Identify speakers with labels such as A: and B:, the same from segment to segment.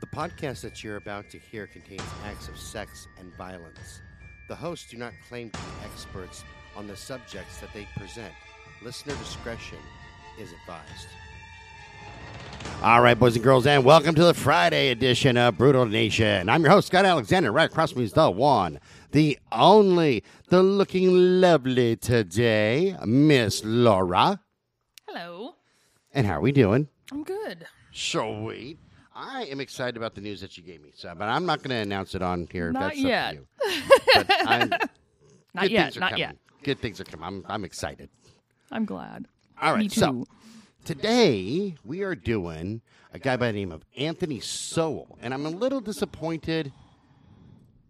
A: The podcast that you're about to hear contains acts of sex and violence. The hosts do not claim to be experts on the subjects that they present. Listener discretion is advised. All right, boys and girls, and welcome to the Friday edition of Brutal Nation. I'm your host, Scott Alexander. Right across from me is the one, the only, the looking lovely today, Miss Laura.
B: Hello.
A: And how are we doing?
B: I'm good.
A: Sweet. I am excited about the news that you gave me, so, but I'm not going to announce it on here.
B: Not
A: That's
B: yet.
A: Up to you. But I'm-
B: Not
A: good
B: yet.
A: things are
B: Not
A: coming.
B: yet.
A: Good things are coming. I'm, I'm excited.
B: I'm glad.
A: All right.
B: Me too.
A: So today we are doing a guy by the name of Anthony Sowell, and I'm a little disappointed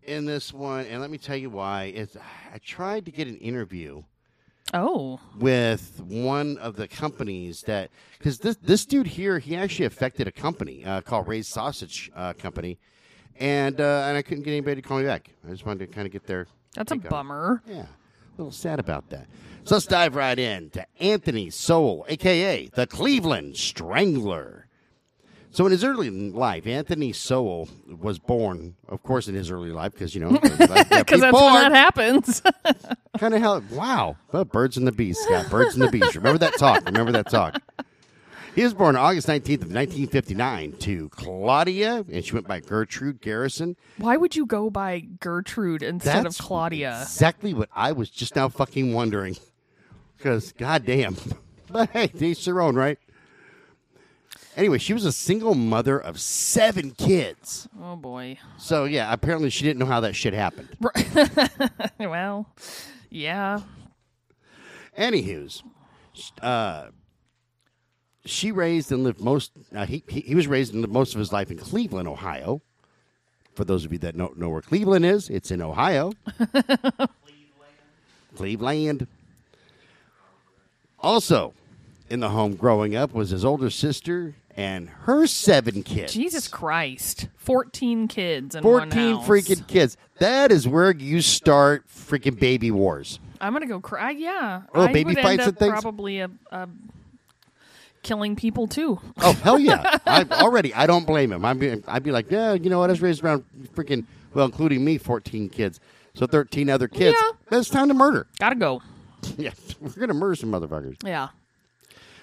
A: in this one. And let me tell you why. It's I tried to get an interview
B: oh.
A: with one of the companies that because this this dude here he actually affected a company uh, called Ray's Sausage uh, Company, and uh, and I couldn't get anybody to call me back. I just wanted to kind of get their
B: That's a
A: take on it.
B: bummer.
A: Yeah, a little sad about that. So let's dive right in to Anthony Sowell, aka the Cleveland Strangler. So in his early life, Anthony Sowell was born, of course, in his early life because you know because
B: Because that's when that happens.
A: kind of how wow well, birds and the bees scott birds and the bees remember that talk remember that talk he was born august 19th of 1959 to claudia and she went by gertrude garrison
B: Why would you go by Gertrude instead of Claudia?
A: exactly what i was just now fucking wondering because goddamn but hey they each their own right anyway she was a single mother of seven kids
B: Oh boy.
A: so yeah apparently she didn't know how that shit happened
B: well, yeah.
A: Anywho's, uh, she raised and lived most. Uh, he, he he was raised and lived most of his life in Cleveland, Ohio. For those of you that don't know where Cleveland is, it's in Ohio. Cleveland. Also, in the home growing up was his older sister and her seven kids.
B: Jesus Christ. 14 kids in one
A: 14
B: house.
A: freaking kids. That is where you start freaking baby wars.
B: I'm going to go cry. Yeah.
A: Oh,
B: I
A: baby
B: would
A: fights
B: end up
A: and things?
B: probably a, a killing people too.
A: Oh hell yeah! I already I don't blame him. I'd be I'd be like, yeah, you know what? I was raised around freaking well, including me, fourteen kids, so thirteen other kids.
B: Yeah.
A: That's time to murder.
B: Got to go.
A: yeah, we're gonna murder some motherfuckers.
B: Yeah.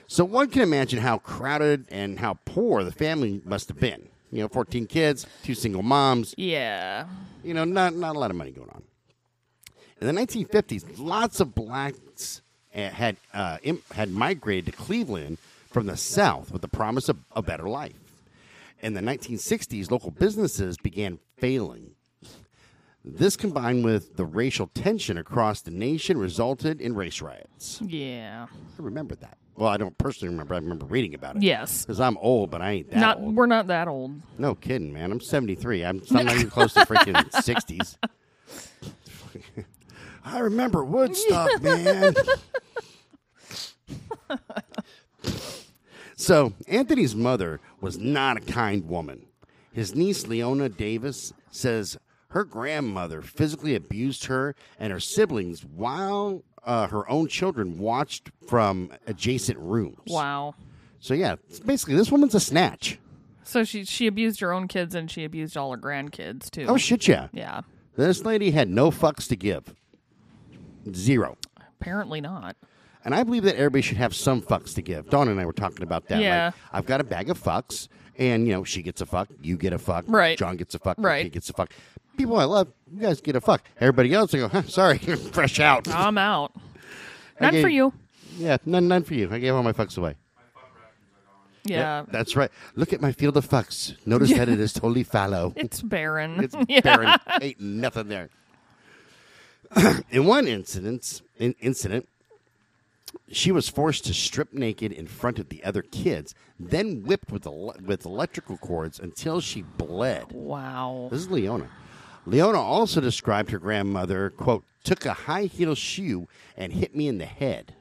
A: So one can imagine how crowded and how poor the family must have been. You know, fourteen kids, two single moms.
B: Yeah.
A: You know, not not a lot of money going on. In the nineteen fifties, lots of blacks eh, had uh, im- had migrated to Cleveland from the South with the promise of a better life. In the 1960s, local businesses began failing. This combined with the racial tension across the nation resulted in race riots.
B: Yeah.
A: I remember that. Well, I don't personally remember. I remember reading about it.
B: Yes.
A: Because I'm old, but I ain't that
B: Not
A: old.
B: we're not that old.
A: No kidding, man. I'm 73. I'm I'm not even close to freaking 60s. I remember Woodstock, man. so, Anthony's mother was not a kind woman. His niece, Leona Davis, says her grandmother physically abused her and her siblings while uh, her own children watched from adjacent rooms.
B: Wow.
A: So, yeah, basically, this woman's a snatch.
B: So she she abused her own kids and she abused all her grandkids too.
A: Oh, shit, yeah.
B: yeah.
A: This lady had no fucks to give. Zero.
B: Apparently not.
A: And I believe that everybody should have some fucks to give. Dawn and I were talking about that.
B: Yeah.
A: Like, I've got a bag of fucks, and, you know, she gets a fuck, you get a fuck,
B: Right.
A: John gets a fuck,
B: Right.
A: he gets a fuck. People I love, you guys get a fuck. Everybody else, I go, huh, sorry, fresh out.
B: I'm out. None
A: Okay.
B: for you.
A: yeah, none, none for you. I gave all my fucks away.
B: Yeah.
A: That's right. Look at my field of fucks. Notice that it is totally fallow.
B: it's barren.
A: It's barren. Ain't nothing there. in one incident, in incident, she was forced to strip naked in front of the other kids, then whipped with ele- with electrical cords until she bled.
B: wow.
A: This is Leona. Leona also described her grandmother, quote, took a high heel shoe and hit me in the head.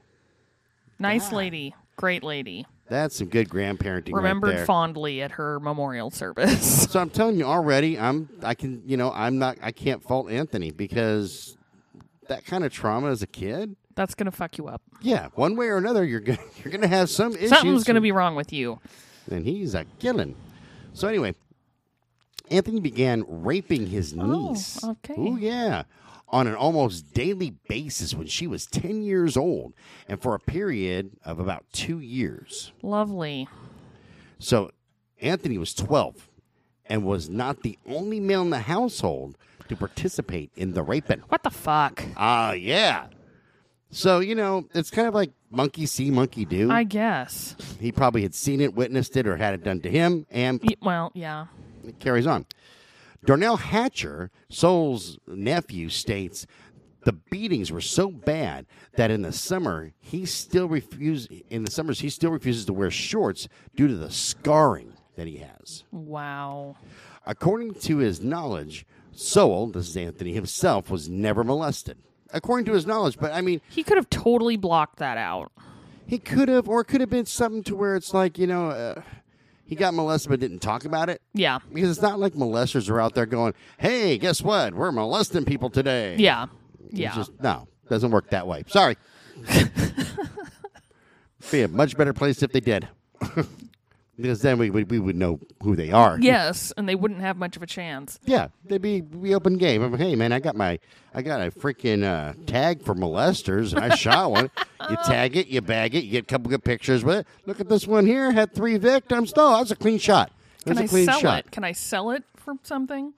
B: Nice lady. Great lady.
A: That's some good grandparenting. right
B: Remembered
A: there.
B: fondly at her memorial service.
A: So I'm telling you already, I'm I can you know I'm not I can't fault Anthony because that kind of trauma as a kid,
B: That's gonna fuck you up.
A: yeah, one way or another, you're gonna you're gonna have some issues.
B: Something's gonna be wrong with you.
A: and he's a killing. So anyway, Anthony began raping his niece.
B: Oh, okay.
A: Ooh, yeah. On an almost daily basis when she was 10 years old and for a period of about two years.
B: Lovely.
A: So Anthony was 12 and was not the only male in the household to participate in the raping.
B: What the fuck?
A: Ah, yeah. So, you know, it's kind of like monkey see, monkey do.
B: I guess.
A: He probably had seen it, witnessed it, or had it done to him, and
B: Y- well, yeah.
A: it carries on. Darnell Hatcher, Soul's nephew, states the beatings were so bad that in the summer he still refuses in the summers he still refuses to wear shorts due to the scarring that he has.
B: Wow.
A: According to his knowledge, Soul, this is Anthony himself, was never molested. According to his knowledge, but I mean,
B: He could have totally blocked that out.
A: he could have, or it could have been something to where it's like, you know, uh, he got molested but didn't talk about it.
B: Yeah.
A: Because it's not like molesters are out there going, "Hey, guess what? We're molesting people today."
B: Yeah.
A: It's
B: Yeah.
A: just no, doesn't work that way. Sorry. Be a much better place if they did, because then we would we would know who they are.
B: yes, and they wouldn't have much of a chance.
A: Yeah, they'd be be open game. I'm, hey man, I got my I got a freaking uh, tag for molesters, and I shot one. You tag it, you bag it, you get a couple good pictures with it. Look at this one here, had three victims. No, that was a clean shot. That
B: Can
A: was
B: I
A: a clean
B: sell
A: shot.
B: it? Can I sell it for something?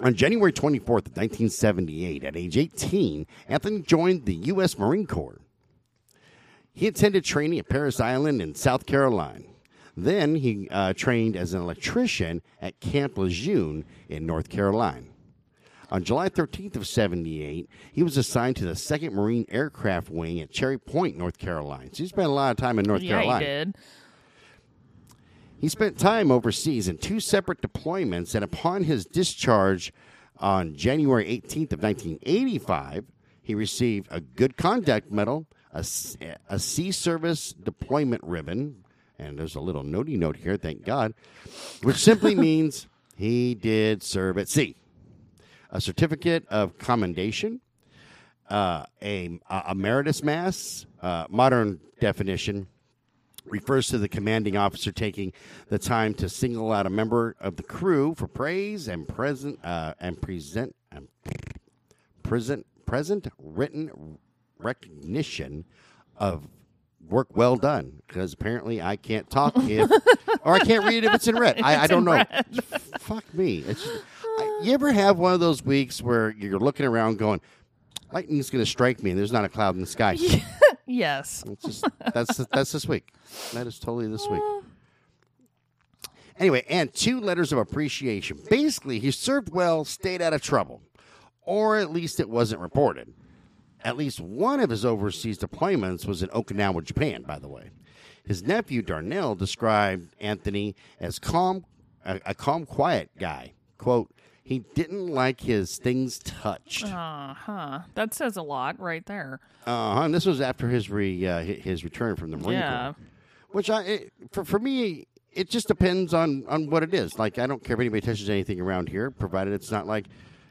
A: On January 24th, of 1978, at age 18, Anthony joined the U.S. Marine Corps. He attended training at Paris Island in South Carolina. Then he uh, trained as an electrician at Camp Lejeune in North Carolina. On July 13th of 78, he was assigned to the 2nd Marine Aircraft Wing at Cherry Point, North Carolina. So he spent a lot of time in North
B: yeah,
A: Carolina.
B: he did.
A: He spent time overseas in two separate deployments, and upon his discharge on January 18th of 1985, he received a Good Conduct Medal, a, C- a Sea Service Deployment Ribbon, and there's a little notey note here, thank God, which simply means he did serve at sea. A certificate of commendation, uh, a, a emeritus mass, uh, modern definition, refers to the commanding officer taking the time to single out a member of the crew for praise and present uh, and present um, present present written recognition of work well done because apparently I can't talk if or I can't read if it's in red. I, I don't know. Fuck me. It's I, you ever have one of those weeks where you're looking around going, lightning's going to strike me and there's not a cloud in the sky.
B: Yes.
A: It's just that's that's this week. That is totally this week. Anyway, and two letters of appreciation. Basically, he served well, stayed out of trouble, or at least it wasn't reported. At least one of his overseas deployments was in Okinawa, Japan. By the way, his nephew Darnell described Anthony as calm, a, a calm, quiet guy. "Quote: He didn't like his things touched."
B: Uh huh. That says a lot right there.
A: Uh-huh. And this was after his re uh, hi- his return from the Marine
B: Yeah.
A: Corps. Which I it, for for me it just depends on on what it is. Like I don't care if anybody touches anything around here, provided it's not like,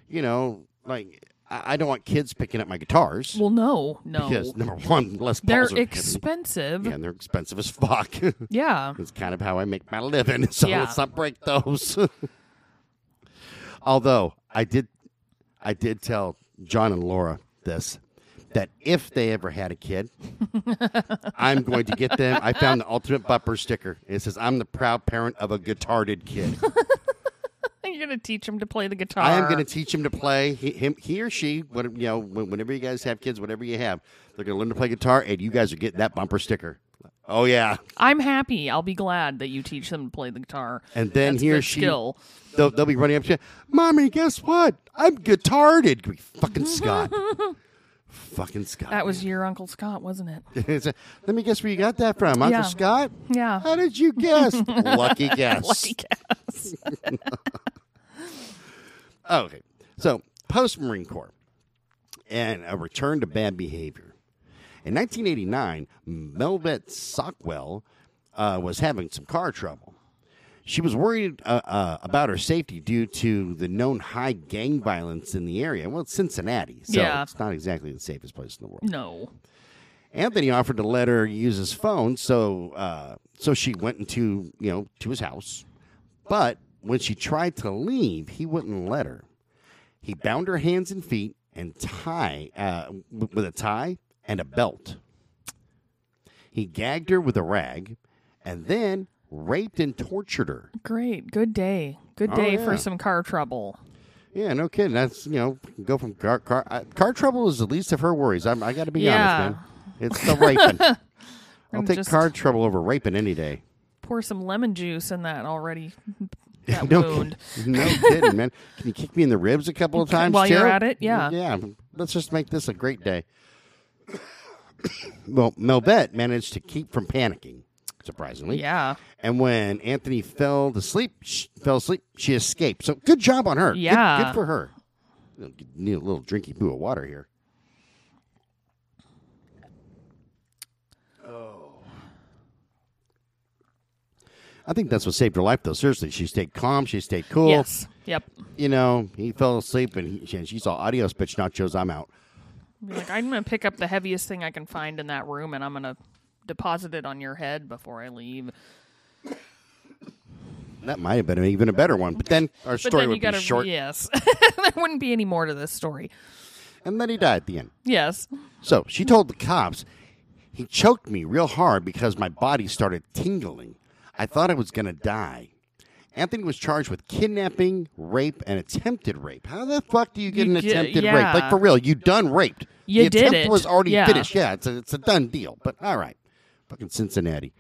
A: you know, like I, I don't want kids picking up my guitars
B: Well, no, no.
A: because number one, less
B: They're
A: balls are heavy.
B: expensive.
A: Yeah, and they're expensive as fuck.
B: yeah.
A: It's kind of how I make my living, so
B: Yeah.
A: let's not break those. Although I did, I did tell John and Laura this that if they ever had a kid, I'm going to get them. I found the ultimate bumper sticker. It says, "I'm the proud parent of a guitarded kid.
B: You're gonna teach him to play the guitar.
A: I am going to teach him to play. He, him, he or she, what, you know, when- whenever you guys have kids, whatever you have, they're going to learn to play guitar, and you guys are getting that bumper sticker. Oh yeah."
B: I'm happy. I'll be glad that you teach them to play the guitar.
A: And then
B: That's
A: he or
B: good
A: she-
B: skill.
A: They'll, they'll be running up to you. Mommy, guess what? I'm guitarded. Give me fucking Scott. fucking Scott.
B: That was your Uncle Scott, wasn't it?
A: It's a- Let me guess where you got that from. Uncle
B: Yeah.
A: Scott?
B: Yeah.
A: How did you guess? Lucky guess.
B: Lucky guess.
A: Oh, okay. So, post Marine Corps and a return to bad behavior. In 1989, Melvet Sockwell uh, was having some car trouble. She was worried uh, uh, about her safety due to the known high gang violence in the area. Well, it's Cincinnati, so
B: Yeah.
A: it's not exactly the safest place in the world.
B: No.
A: Anthony offered to let her use his phone, so uh, so she went into you know to his house. But when she tried to leave, he wouldn't let her. He bound her hands and feet and tie uh, w- with a tie and a belt. He gagged her with a rag, and then raped and tortured her.
B: Great. Good day. Good
A: Oh,
B: day
A: yeah.
B: for some car trouble.
A: Yeah, no kidding. That's you know, go from car car uh, car trouble is the least of her worries. I'm, I got to be
B: Yeah.
A: honest, man. It's the raping. I'll
B: I'm
A: take
B: just-
A: car trouble over raping any day.
B: Pour some lemon juice in that already. That
A: no,
B: wound.
A: kid- no kidding, man. Can you kick me in the ribs a couple of times
B: While
A: too?
B: you're at it, yeah.
A: Yeah. Let's just make this a great day. well, Melbette managed to keep from panicking, surprisingly.
B: Yeah.
A: And when Anthony fell to sleep, sh fell asleep, she escaped. So good job on her. Good-
B: Yeah.
A: Good, for her. Need a little drinky poo of water here. Oh. I think that's what saved her life, though. Seriously, she stayed calm. She stayed cool.
B: Yes. Yep.
A: You know, he fell asleep and, he, and she saw adios, bitch, nachos, I'm out.
B: Be like, I'm gonna pick up the heaviest thing I can find in that room, and I'm gonna deposit it on your head before I leave.
A: That might have been even a better one. But then our
B: But
A: story
B: then
A: would
B: you gotta
A: be short.
B: yes. there wouldn't be any more to this story.
A: And then he died at the end.
B: Yes.
A: So she told the cops, he choked me real hard because my body started tingling. I thought I was going to die. Anthony was charged with kidnapping, rape, and attempted rape. How the fuck do you get
B: You
A: an
B: get-
A: attempted
B: yeah.
A: rape? Like for real, you done raped.
B: You
A: the
B: did
A: attempt
B: it.
A: was already
B: Yeah.
A: finished. Yeah, it's a, it's a done deal. But all right, fucking Cincinnati.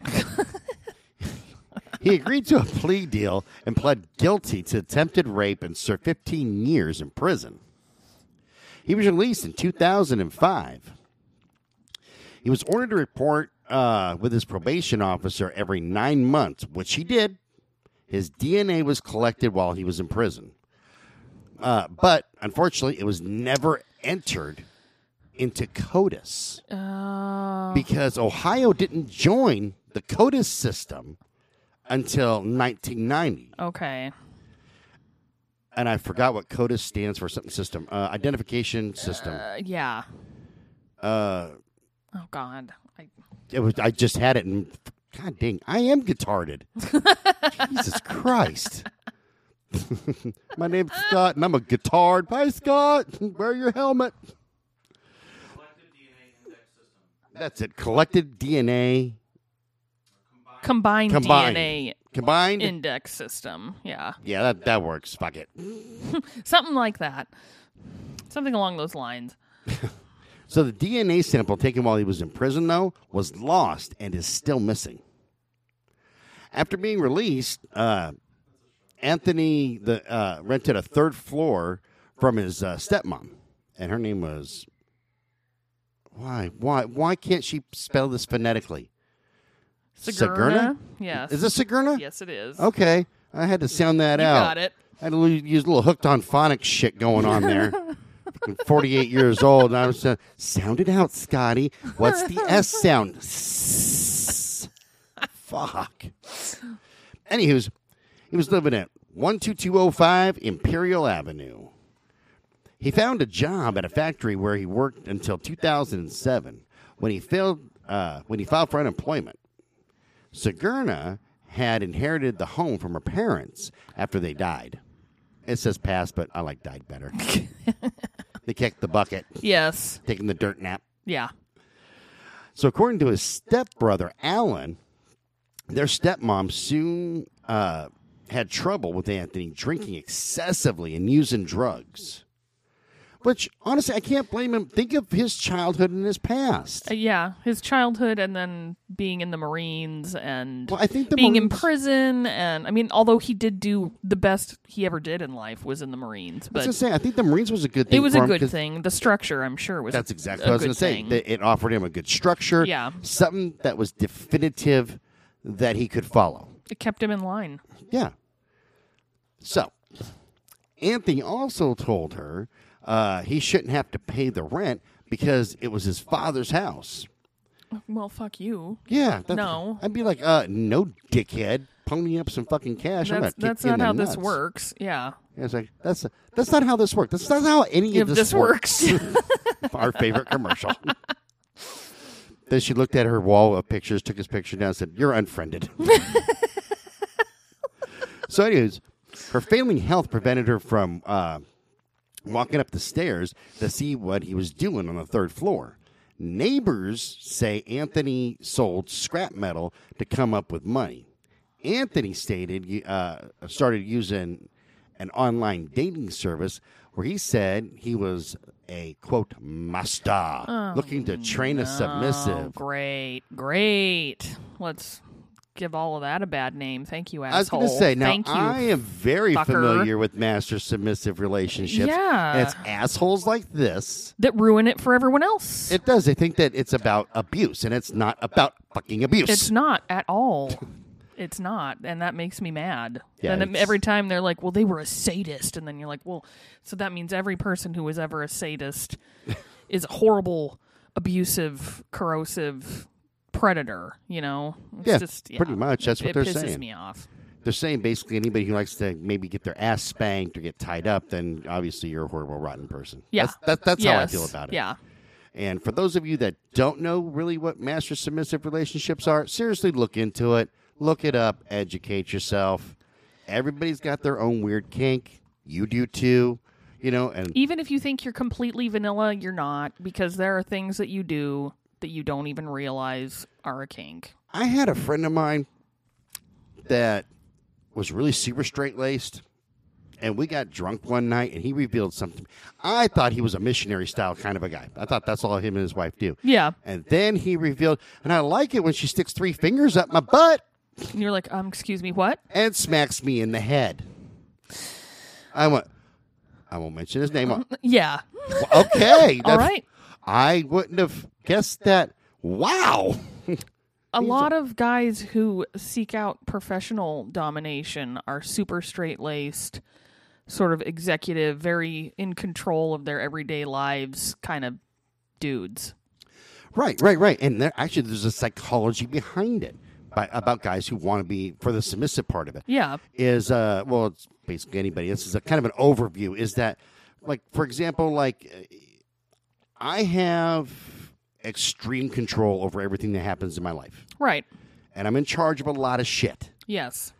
A: he agreed to a plea deal and pled guilty to attempted rape and served 15 years in prison. He was released in 2005. He was ordered to report uh, with his probation officer every nine months, which he did. His DNA was collected while he was in prison. Uh, but unfortunately, it was never entered into CODIS
B: Uh,
A: because Ohio didn't join the CODIS system until 1990.
B: okay.
A: And I forgot what CODIS stands for something system, uh, identification system.
B: Uh, yeah.
A: Uh,
B: Oh God. I,
A: it was, I just had it, and God dang, I am guitarded. Jesus Christ. My name's Scott, and I'm a guitar. Hi, Scott. Wear your helmet. That's it. Collected DNA
B: combined,
A: Combined.
B: DNA
A: combined.
B: index system. Yeah.
A: yeah, that, that works. Fuck it.
B: Something like that. Something along those lines.
A: So the DNA sample taken while he was in prison, though, was lost and is still missing. After being released, uh, Anthony the, uh, rented a third floor from his uh, stepmom, and her name was. Why? Why? Why can't she spell this phonetically?
B: Sigourna? Yes.
A: Is this Oh, Sigourna?
B: yes, it is.
A: Okay, I had to sound that
B: You
A: out.
B: got it.
A: I had to lo- use a little hooked on phonics shit going on there. Fucking 48 years old, and I was uh, sound it out, Scotty. What's the S sound? S- Fuck. Anywho's, he was living at 12205 Imperial Avenue. He found a job at a factory where he worked until 2007 when he, failed, uh, when he filed for unemployment. Sigourna had inherited the home from her parents after they died. It says passed, but I like died better. they kicked the bucket,
B: Yes.
A: taking the dirt nap.
B: Yeah.
A: So, according to his stepbrother, Alan, their stepmom soon uh, had trouble with Anthony drinking excessively and using drugs. Which, honestly, I can't blame him. Think of his childhood and his past.
B: Uh, yeah. His childhood and then being in the Marines and
A: Well, I think the
B: being in
A: Marines-
B: prison. And I mean, although he did do the best he ever did in life was in the
A: I
B: Marines,
A: was
B: but
A: gonna say, I think the Marines was a good thing.
B: it was a
A: for him
B: good
A: 'cause
B: thing. The structure, I'm sure, was
A: That's exactly
B: a
A: what I was
B: good
A: going to say.
B: thing.
A: That It offered him a good structure,
B: Yeah.
A: something that was definitive that he could follow.
B: It kept him in line.
A: Yeah. So, Anthony also told her uh, he shouldn't have to pay the rent because it was his father's house.
B: Well, fuck you.
A: Yeah. that's-
B: No.
A: I'd be like, uh, no, dickhead. Pony up some fucking cash. I'm
B: That's
A: not
B: that's
A: kicking
B: not
A: the
B: how
A: nuts.
B: this works. Yeah.
A: Yeah, it's like, that's that's not how this works. That's not how any
B: If
A: of this,
B: this works.
A: Our favorite commercial. Then she looked at her wall of pictures, took his picture down, and said, You're unfriended. so, anyways, her failing health prevented her from uh, walking up the stairs to see what he was doing on the third floor. Neighbors say Anthony sold scrap metal to come up with money. Anthony stated uh, started using an online dating service where he said he was a quote master looking to train a
B: Oh,
A: submissive.
B: great, great. Let's give all of that a bad name. Thank you, asshole.
A: I was going to say now
B: Thank you.
A: I am very
B: fucker.
A: familiar with master submissive relationships.
B: Yeah.
A: and it's assholes like this.
B: that ruin it for everyone else.
A: It does. They think that it's about abuse, and it's not about fucking abuse.
B: It's not at all. It's not, and that makes me mad.
A: Yeah,
B: and
A: it's-
B: every time they're like, "Well, they were a sadist," and then you're like, "Well, so that means every person who was ever a sadist is a horrible, abusive, corrosive predator." You know? It's
A: Yeah,
B: just,
A: pretty much. That's what
B: it
A: they're
B: pisses
A: saying.
B: me off.
A: They're saying basically anybody who likes to maybe get their ass spanked or get tied up, then obviously you're a horrible, rotten person.
B: Yeah.
A: That's, that, that's how I
B: Yes,
A: feel about it.
B: Yeah.
A: And for those of you that don't know really what master submissive relationships are, seriously look into it. Look it up. Educate yourself. Everybody's got their own weird kink. You do too. You know, and
B: Even if you think you're completely vanilla, you're not, because there are things that you do that you don't even realize are a kink.
A: I had a friend of mine that was really super straight laced, and we got drunk one night, and he revealed something. I thought he was a missionary style kind of a guy. I thought that's all him and his wife do.
B: Yeah.
A: And then he revealed, and I like it when she sticks three fingers up my butt
B: And you're like, um, excuse me, what?
A: and smacks me in the head. I went. I won't mention his name.
B: Yeah.
A: okay,
B: All
A: that's-
B: right.
A: I wouldn't have guessed that. Wow.
B: a lot of guys who seek out professional domination are super straight laced, sort of executive, very in control of their everyday lives kind of dudes.
A: Right, right, right. And there actually there's a psychology behind it by, about guys who want to be for the submissive part of it.
B: Yeah.
A: Is uh well it's basically anybody. This is a kind of an overview is that like for example like uh, I have extreme control over everything that happens in my life.
B: Right.
A: And I'm in charge of a lot of shit.
B: Yes.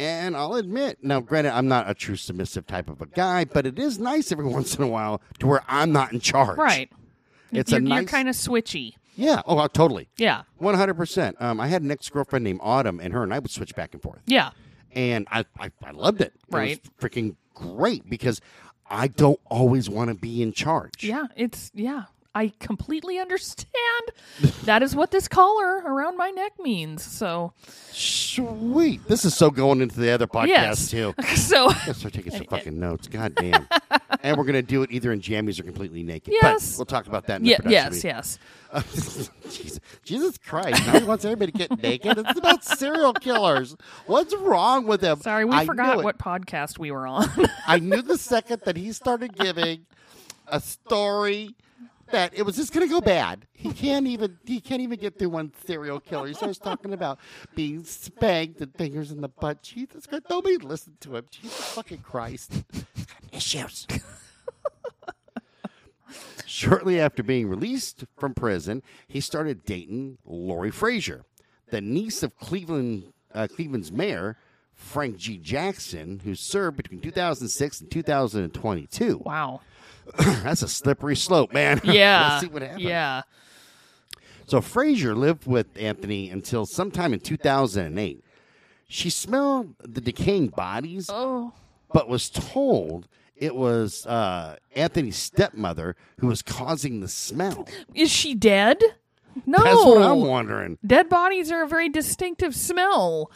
A: And I'll admit, now granted I'm not a true submissive type of a guy, but it is nice every once in a while to where I'm not in charge.
B: Right.
A: It's
B: you're
A: a nice
B: kind of switchy.
A: Yeah, oh totally.
B: Yeah.
A: One hundred percent. Um, I had an ex girlfriend named Autumn, and her and I would switch back and forth,
B: Yeah.
A: and I I, I loved it.
B: Right.
A: it was freaking great because I don't always want to be in charge.
B: Yeah. It's, yeah. I completely understand. that is what this collar around my neck means. So,
A: Sweet, this is so going into the other podcast
B: yes.
A: too.
B: so,
A: Let's start taking some fucking notes. God damn. and we're gonna do it either in jammies or completely naked.
B: Yes.
A: But we'll talk about that in
B: yeah,
A: the production.
B: yes,
A: meeting.
B: yes.
A: Jesus, Jesus Christ! Now he wants everybody to get naked. It's about serial killers. What's wrong with them?
B: Sorry, we
A: I
B: forgot
A: knew it.
B: what podcast we were on.
A: I knew the second that he started giving a story that it was just going to go bad. He can't even he can't even get through one serial killer. He starts talking about being spanked and fingers in the butt. Jesus Christ, nobody listened to him. Jesus fucking Christ, He's got issues. Shortly after being released from prison, he started dating Lori Frazier, the niece of Cleveland uh, Cleveland's mayor Frank G. Jackson, who served between 2006 and 2022.
B: wow.
A: That's a slippery slope, man.
B: Yeah.
A: Let's see what happens.
B: Yeah.
A: So Frazier lived with Anthony until sometime in 2008. She smelled the decaying bodies,
B: Oh.
A: but was told it was uh, Anthony's stepmother who was causing the smell.
B: Is she dead? No.
A: That's what I'm wondering.
B: Dead bodies are a very distinctive smell.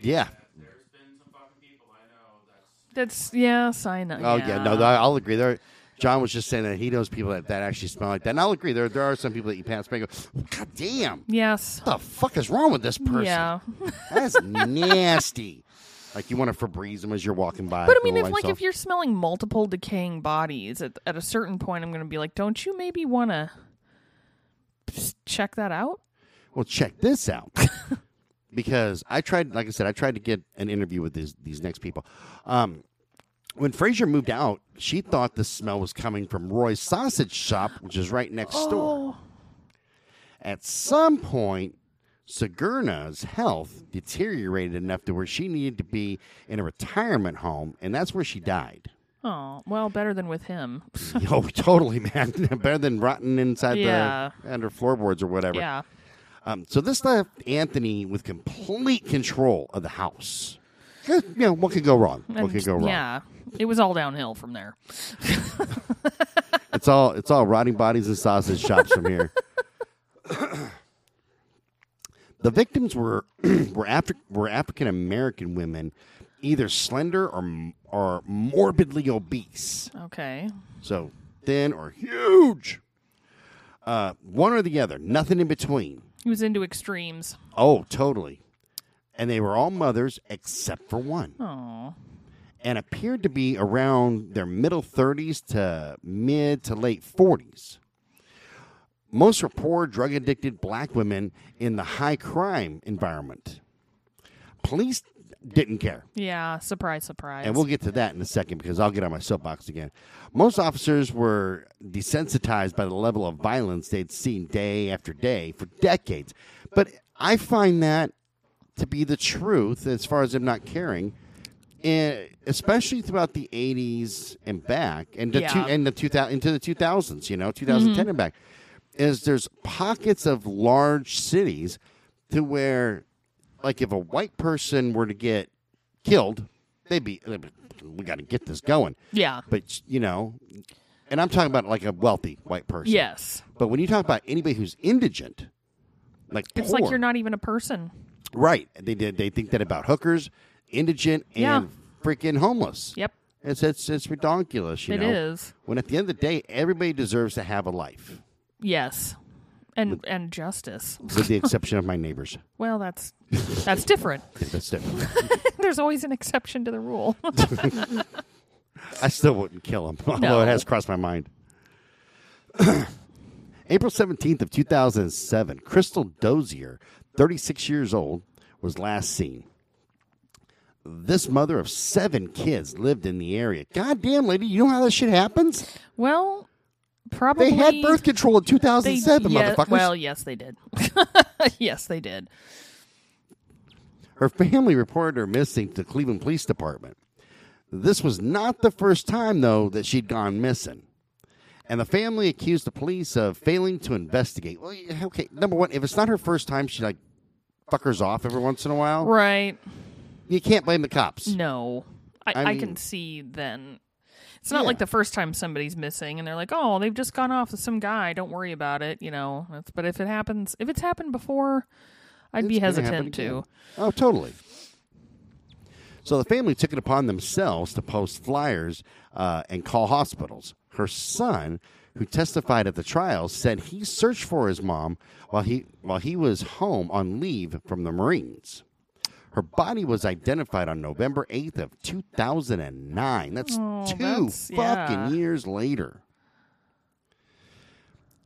A: Yeah.
B: That's yes, I know.
A: Oh yeah. No, I- I'll agree. There, John was just saying that he knows people that, that actually smell like that, and I'll agree. There, there are some people that you pass by and go, "God damn,
B: Yes.
A: what the fuck is wrong with this person?"
B: Yeah.
A: That's nasty. Like you want to Febreze them as you're walking by.
B: But I mean,
A: Oh,
B: if
A: I'm
B: like
A: so-
B: if you're smelling multiple decaying bodies, at at a certain point, I'm going to be like, don't you maybe want to check that out?
A: well, check this out. because I tried, like I said, I tried to get an interview with these these next people. Um, when Frazier moved out, she thought the smell was coming from Roy's sausage shop, which is right next door.
B: Oh.
A: At some point, Segurna's health deteriorated enough to where she needed to be in a retirement home, and that's where she died.
B: Oh, well, better than with him.
A: oh, totally, man. Better than rotting inside
B: Yeah.
A: the under floorboards or whatever.
B: yeah.
A: Um, so this left Anthony with complete control of the house. Eh, You know, what could go wrong? What
B: And-
A: could go wrong?
B: Yeah. It was all downhill from there.
A: It's all it's all rotting bodies and sausage shops from here. the victims were were Afri- were African American women, either slender or m- or morbidly obese,
B: Okay.
A: so thin or huge. Uh, one or the other, nothing in between.
B: He was into extremes.
A: Oh, totally. And they were all mothers except for one.
B: Oh.
A: and appeared to be around their middle 30s to mid to late 40s. Most were poor, drug addicted black women in the high crime environment. Police didn't care.
B: Yeah. Surprise, surprise.
A: And we'll get to that in a second because I'll get on my soapbox again. Most officers were desensitized by the level of violence they'd seen day after day for decades. But I find that to be the truth as far as them not caring, eh, especially throughout the 80s and back and, the two,
B: Yeah.
A: and the 2000, into the 2000s, you know,
B: Mm-hmm.
A: 2010 and back, is there's pockets of large cities to where, like, if a white person were to get killed, they'd be, they'd be, we got to get this going.
B: yeah.
A: But, you know, and I'm talking about like a wealthy white person.
B: Yes.
A: But when you talk about anybody who's indigent, like
B: It's
A: poor,
B: like you're not even a person.
A: Right. They did. They think that about hookers, indigent, and
B: Yeah.
A: freaking homeless.
B: Yep.
A: It's it's it's ridiculous. You
B: It
A: know.
B: is.
A: When at the end of the day, everybody deserves to have a life,
B: Yes. And and justice.
A: with the exception of my neighbors.
B: Well, that's that's different.
A: That's different.
B: There's always an exception to the rule.
A: I still wouldn't kill him, although
B: No.
A: it has crossed my mind. April 17th of 2007, Crystal Dozier, 36 years old, was last seen. This mother of seven kids lived in the area. Goddamn, lady, you know how that shit happens?
B: well, probably
A: They had birth control in
B: they-
A: 2007,
B: yeah,
A: motherfuckers.
B: Well, yes, they did. yes, they did.
A: her family reported her missing to Cleveland Police Department. This was not the first time, though, that she'd gone missing. And the family accused the police of failing to investigate. Well, yeah, okay, number one, if it's not her first time, she like fuckers off every once in a while.
B: Right.
A: You can't blame the cops.
B: No. I, I,
A: I mean-
B: can see then. It's not
A: Yeah.
B: like the first time somebody's missing and they're like, oh, they've just gone off with some guy. Don't worry about it. You know, that's, but if it happens, if it's happened before, I'd be
A: It's gonna happen
B: hesitant to.
A: again. Oh, totally. So the family took it upon themselves to post flyers uh, and call hospitals. Her son, who testified at the trial, said he searched for his mom while he while he was home on leave from the Marines. Her body was identified on November eighth of two thousand and nine. That's
B: Oh,
A: two
B: that's-
A: fucking
B: yeah.
A: years later.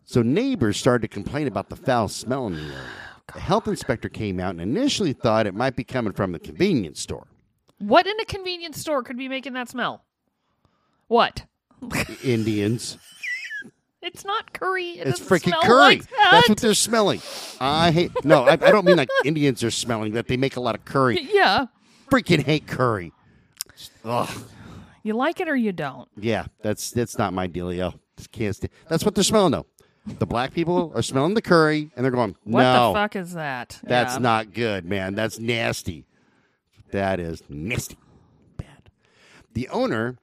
A: So neighbors started to complain about the foul smell in the area.
B: Oh,
A: The health inspector came out and initially thought it might be coming from the convenience store.
B: What in a convenience store could be making that smell? What?
A: Indians.
B: It's not curry. It
A: It's
B: doesn't
A: freaking
B: smell
A: curry.
B: Like that.
A: That's what they're smelling. I hate. No, I, I don't mean like Indians are smelling that they make a lot of curry.
B: yeah.
A: Freaking hate curry. Ugh.
B: You like it or you don't.
A: Yeah, that's that's not my dealio. Just can't stand. That's what they're smelling though. The black people are smelling the curry and they're going,
B: What
A: no,
B: the fuck is that?
A: that's
B: Yeah.
A: not good, man. That's nasty. That is nasty. Bad. The owner.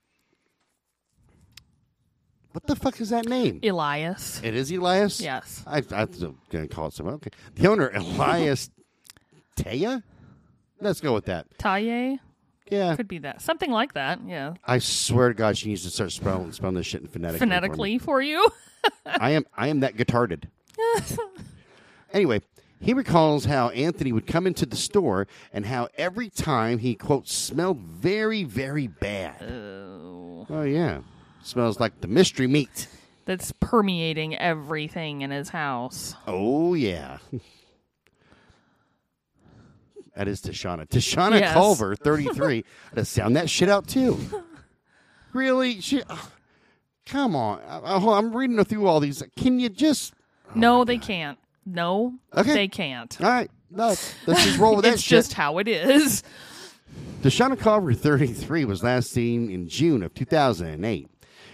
A: What the fuck is that name?
B: Elias.
A: It is Elias.
B: Yes.
A: I, I was gonna call it something. Okay. The owner Elias Taya. Let's go with that.
B: Taye?
A: Yeah.
B: Could be that. Something like that. Yeah.
A: I swear to God, she needs to start spelling spelling this shit in phonetically. for me.
B: Phonetically for you.
A: I am I am that guitarded. anyway, he recalls how Anthony would come into the store and how every time he quote smelled very very bad.
B: Oh.
A: Oh yeah, smells like the mystery meat.
B: that's permeating everything in his house.
A: Oh yeah. That is Tashana. Tashana
B: Yes.
A: Culver, 33. to sound that shit out too. Really? She, ugh. come on. I, I- I'm reading through all these. Can you just
B: no, they can't. No,
A: Okay.
B: they can't.
A: All right, no, let's just roll with that
B: it's
A: shit.
B: just how it is.
A: Deshauna Carver, 33, was last seen in June of 2008.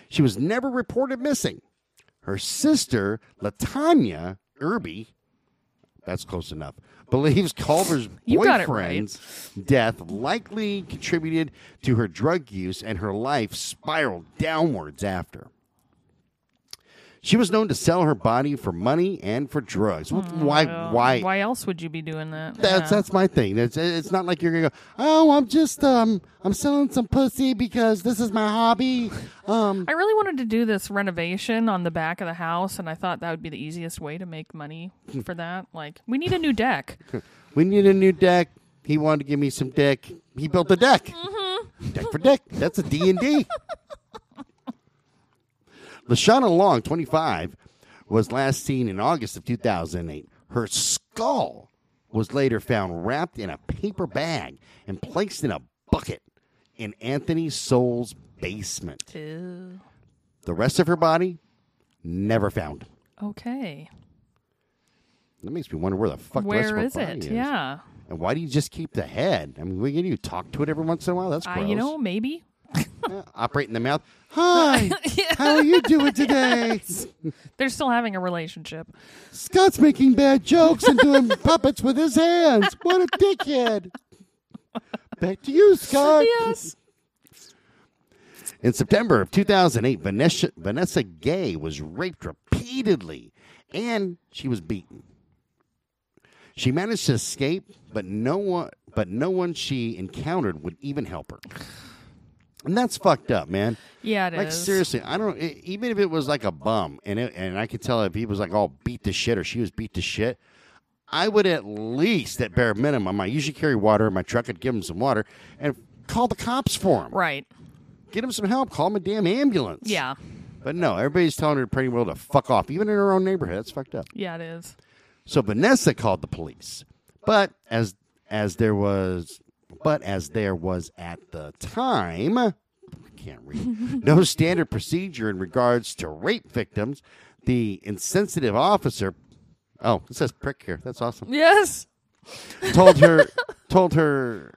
A: She was never reported missing. Her sister, Latanya Irby, that's close enough, believes Culver's
B: You got it right.
A: boyfriend's death likely contributed to her drug use and her life spiraled downwards after. She was known to sell her body for money and for drugs. why,
B: Well,
A: why,
B: Why else would you be doing that?
A: that's
B: Yeah.
A: that's my thing. It's it's not like you're gonna go. Oh, I'm just um I'm selling some pussy because this is my hobby. Um,
B: I really wanted to do this renovation on the back of the house, and I thought that would be the easiest way to make money for that. Like, we need a new deck.
A: we need a new deck. He wanted to give me some dick. He built a deck. Deck for dick. That's a D and D. Lashana Long, 25, was last seen in August of 2008. Her skull was later found wrapped in a paper bag and placed in a bucket in Anthony Soul's basement.
B: Ew.
A: The rest of her body, never found.
B: Okay.
A: That makes me wonder where the fuck the rest of
B: Where
A: her
B: is
A: body
B: it?
A: is.
B: Yeah.
A: And why do you just keep the head? I mean, we can you talk to it every once in a while. That's
B: Uh,
A: gross.
B: you know, maybe.
A: Yeah, operate in the mouth. Hi, how are you doing today?
B: They're still having a relationship.
A: Scott's making bad jokes and doing puppets with his hands. What a dickhead. Back to you, Scott.
B: Yes.
A: In September of 2008, Vanessa, Vanessa Gay was raped repeatedly and she was beaten. She managed to escape, but no one but no one she encountered would even help her. And that's fucked up, man.
B: Yeah, it is.
A: like seriously, I don't e- even if it was like a bum and it, and I could tell if he was like all beat to shit or she was beat to shit, I would at least at bare minimum, I usually carry water in my truck, I'd give him some water and call the cops for him
B: Right.
A: get him some help. Call him a damn ambulance.
B: Yeah.
A: But no, everybody's telling her pretty well to fuck off, even in her own neighborhood. That's fucked up.
B: Yeah, it is.
A: So Vanessa called the police, but as as there was, but as there was at the time, I can't read. no standard procedure in regards to rape victims. The insensitive officer. Oh, it says prick here. That's awesome.
B: Yes.
A: Told her, told her,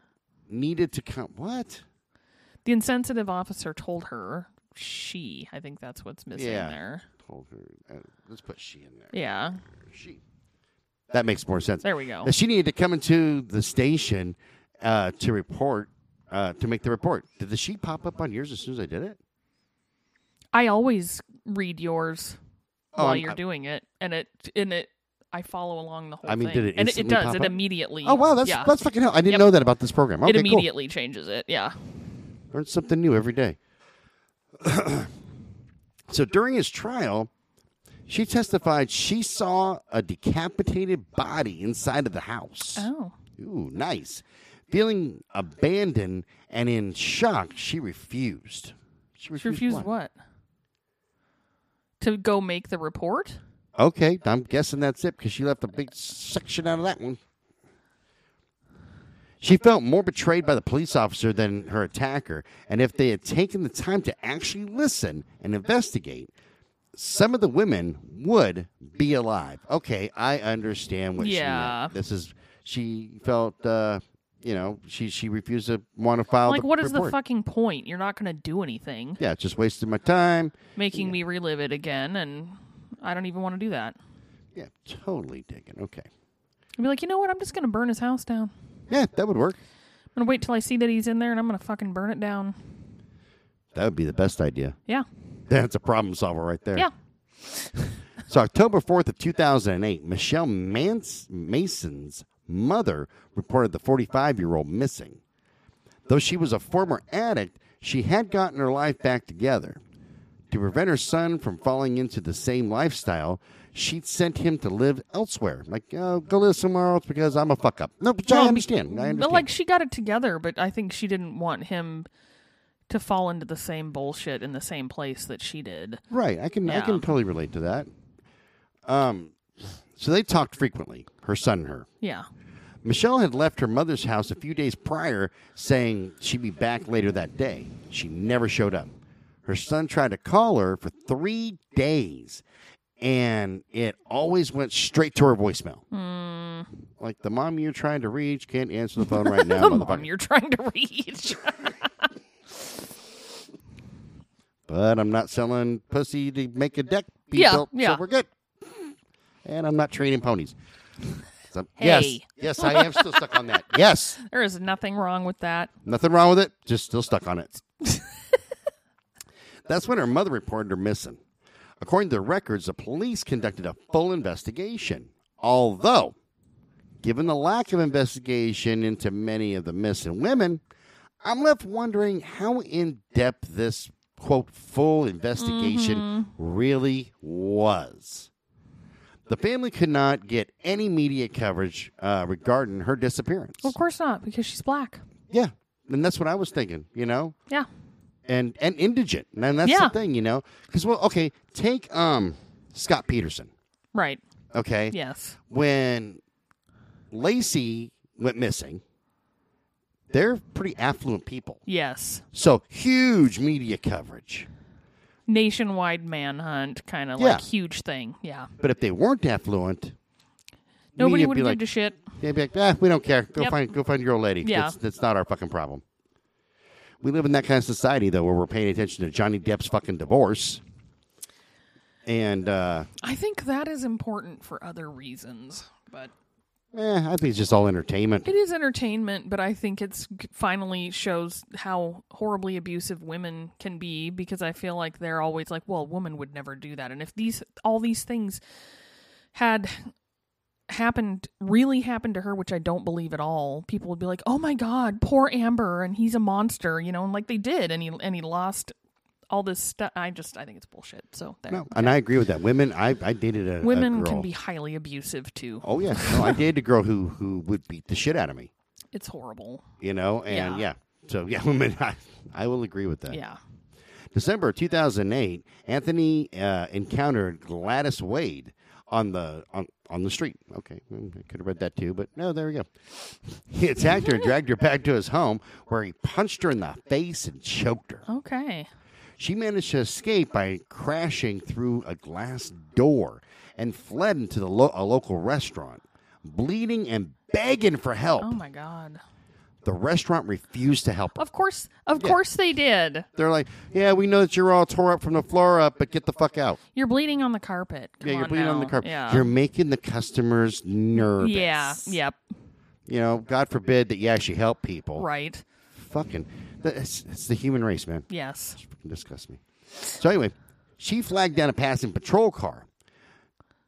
A: needed to come. What?
B: The insensitive officer told her she. I think that's what's missing
A: Yeah.
B: there.
A: Told her. uh, let's put she in there.
B: Yeah.
A: She. That makes more sense.
B: There we go.
A: Now, She needed to come into the station uh, to report, uh, to make the report. Did the sheet pop up on yours as soon as I did it?
B: I always read yours
A: Oh,
B: while
A: I'm-
B: you're
A: I'm-
B: doing it, and it and it I follow along the whole.
A: I mean,
B: thing.
A: did it
B: And it,
A: instantly
B: does.
A: pop
B: it
A: up?
B: immediately.
A: Oh wow, that's
B: yeah.
A: that's fucking hell! I didn't
B: Yep.
A: know that about this program.
B: it
A: Okay, cool.
B: immediately changes it. Yeah.
A: Learn something new every day. so during his trial, she testified she saw a decapitated body inside of the house.
B: Oh.
A: Ooh, nice. Feeling abandoned and in shock, she refused. She refused,
B: She refused what? To go make the report?
A: Okay, I'm guessing that's it because she left a big section out of that one. She felt more betrayed by the police officer than her attacker, and if they had taken the time to actually listen and investigate, some of the women would be alive. Okay, I understand what she
B: Yeah.
A: meant. This is she felt, uh, you know, she she refused to want to file.
B: like,
A: the
B: what is the
A: report.
B: fucking point? You're not going to do anything,
A: Yeah, just wasted my time.
B: making me relive it again, and I don't even want to do that.
A: Yeah, totally digging. Okay,
B: I'd be like, you know what? I'm just going to burn his house down.
A: yeah, that would work.
B: I'm going to wait till I see that he's in there, and I'm going to fucking burn it down.
A: That would be the best idea.
B: Yeah.
A: That's a problem solver right there.
B: Yeah.
A: So October 4th of 2008, Michelle Mance- Mason's mother reported the 45-year-old missing. Though she was a former addict, she had gotten her life back together. To prevent her son from falling into the same lifestyle, she'd sent him to live elsewhere. Like, oh, go live somewhere else because I'm a fuck up. No, but I
B: Well,
A: understand. I
B: But,
A: understand.
B: like, she got it together, but I think she didn't want him to fall into the same bullshit in the same place that she did.
A: Right. I can I
B: Yeah.
A: can totally relate to that. Um so they talked frequently, her son and her.
B: Yeah.
A: Michelle had left her mother's house a few days prior saying she'd be back later that day. She never showed up. Her son tried to call her for 3 days and it always went straight to her voicemail.
B: Hmm.
A: Like the mom you're trying to reach can't answer the phone right now,
B: The mom
A: motherfucker.
B: you're trying to reach.
A: But I'm not selling pussy to make a deck be
B: Yeah,
A: built,
B: yeah.
A: so we're good. And I'm not training ponies. So- Yes,
B: Hey.
A: yes, I am still stuck on that. Yes,
B: there is nothing wrong with that.
A: nothing wrong with it. Just still stuck on it. That's when her mother reported her missing. According to the records, the police conducted a full investigation. Although, given the lack of investigation into many of the missing women, I'm left wondering how in depth this quote full investigation really was. The family could not get any media coverage uh, regarding her disappearance.
B: Of course not, because she's black.
A: Yeah, and that's what I was thinking. You know,
B: Yeah.
A: and and indigent. And that's
B: Yeah.
A: the thing, you know, because well, okay, take um Scott Peterson.
B: Right.
A: Okay,
B: Yes.
A: when Lacey went missing, they're pretty affluent people,
B: Yes.
A: so huge media coverage.
B: Nationwide manhunt, kind of
A: Yeah.
B: like huge thing. Yeah.
A: But if they weren't affluent,
B: Nobody
A: media
B: would
A: be
B: have
A: like,
B: given a shit.
A: They'd be like, "Ah, we don't care. Go
B: Yep.
A: find, go find your old lady.
B: Yeah.
A: That's, that's not our fucking problem." We live in that kind of society though, where we're paying attention to Johnny Depp's fucking divorce, and uh,
B: I think that is important for other reasons, but
A: eh, I think it's just all entertainment.
B: it is entertainment. But I think it's finally shows how horribly abusive women can be because I feel like they're always like, "Well, a woman would never do that," and if these all these things had happened really happened to her which i don't believe at all people would be like oh my god poor amber and he's a monster you know and like they did and he and he lost all this stuff i just i think it's bullshit so there.
A: No, and I agree with that. Women, I, I dated a a
B: women
A: girl-
B: can be highly abusive too
A: Oh yeah, no, I dated a girl who who would beat the shit out of me,
B: it's horrible
A: you know, and yeah.
B: Yeah.
A: So yeah, women, I, I will agree with that.
B: yeah
A: December 2008, Anthony uh, encountered Gladys Wade on the on, on the street. Okay, mm, I could have read that too, but no, there we go. He attacked her and dragged her back to his home, where he punched her in the face and choked her.
B: okay
A: She managed to escape by crashing through a glass door and fled into the lo- a local restaurant, bleeding and begging for help.
B: oh my god
A: The restaurant refused to help her.
B: of course of course they did
A: They're like, "Yeah, we know that you're all tore up from the floor up, but get the fuck out."
B: you're bleeding on the carpet Come
A: yeah, you're
B: on
A: bleeding on the
B: now.
A: carpet.
B: yeah
A: You're making the customers nervous.
B: yeah yep
A: You know, God forbid that you actually help people.
B: right
A: Fucking, it's, it's the human race, man.
B: yes
A: fucking disgust me. So anyway, she flagged down a passing patrol car.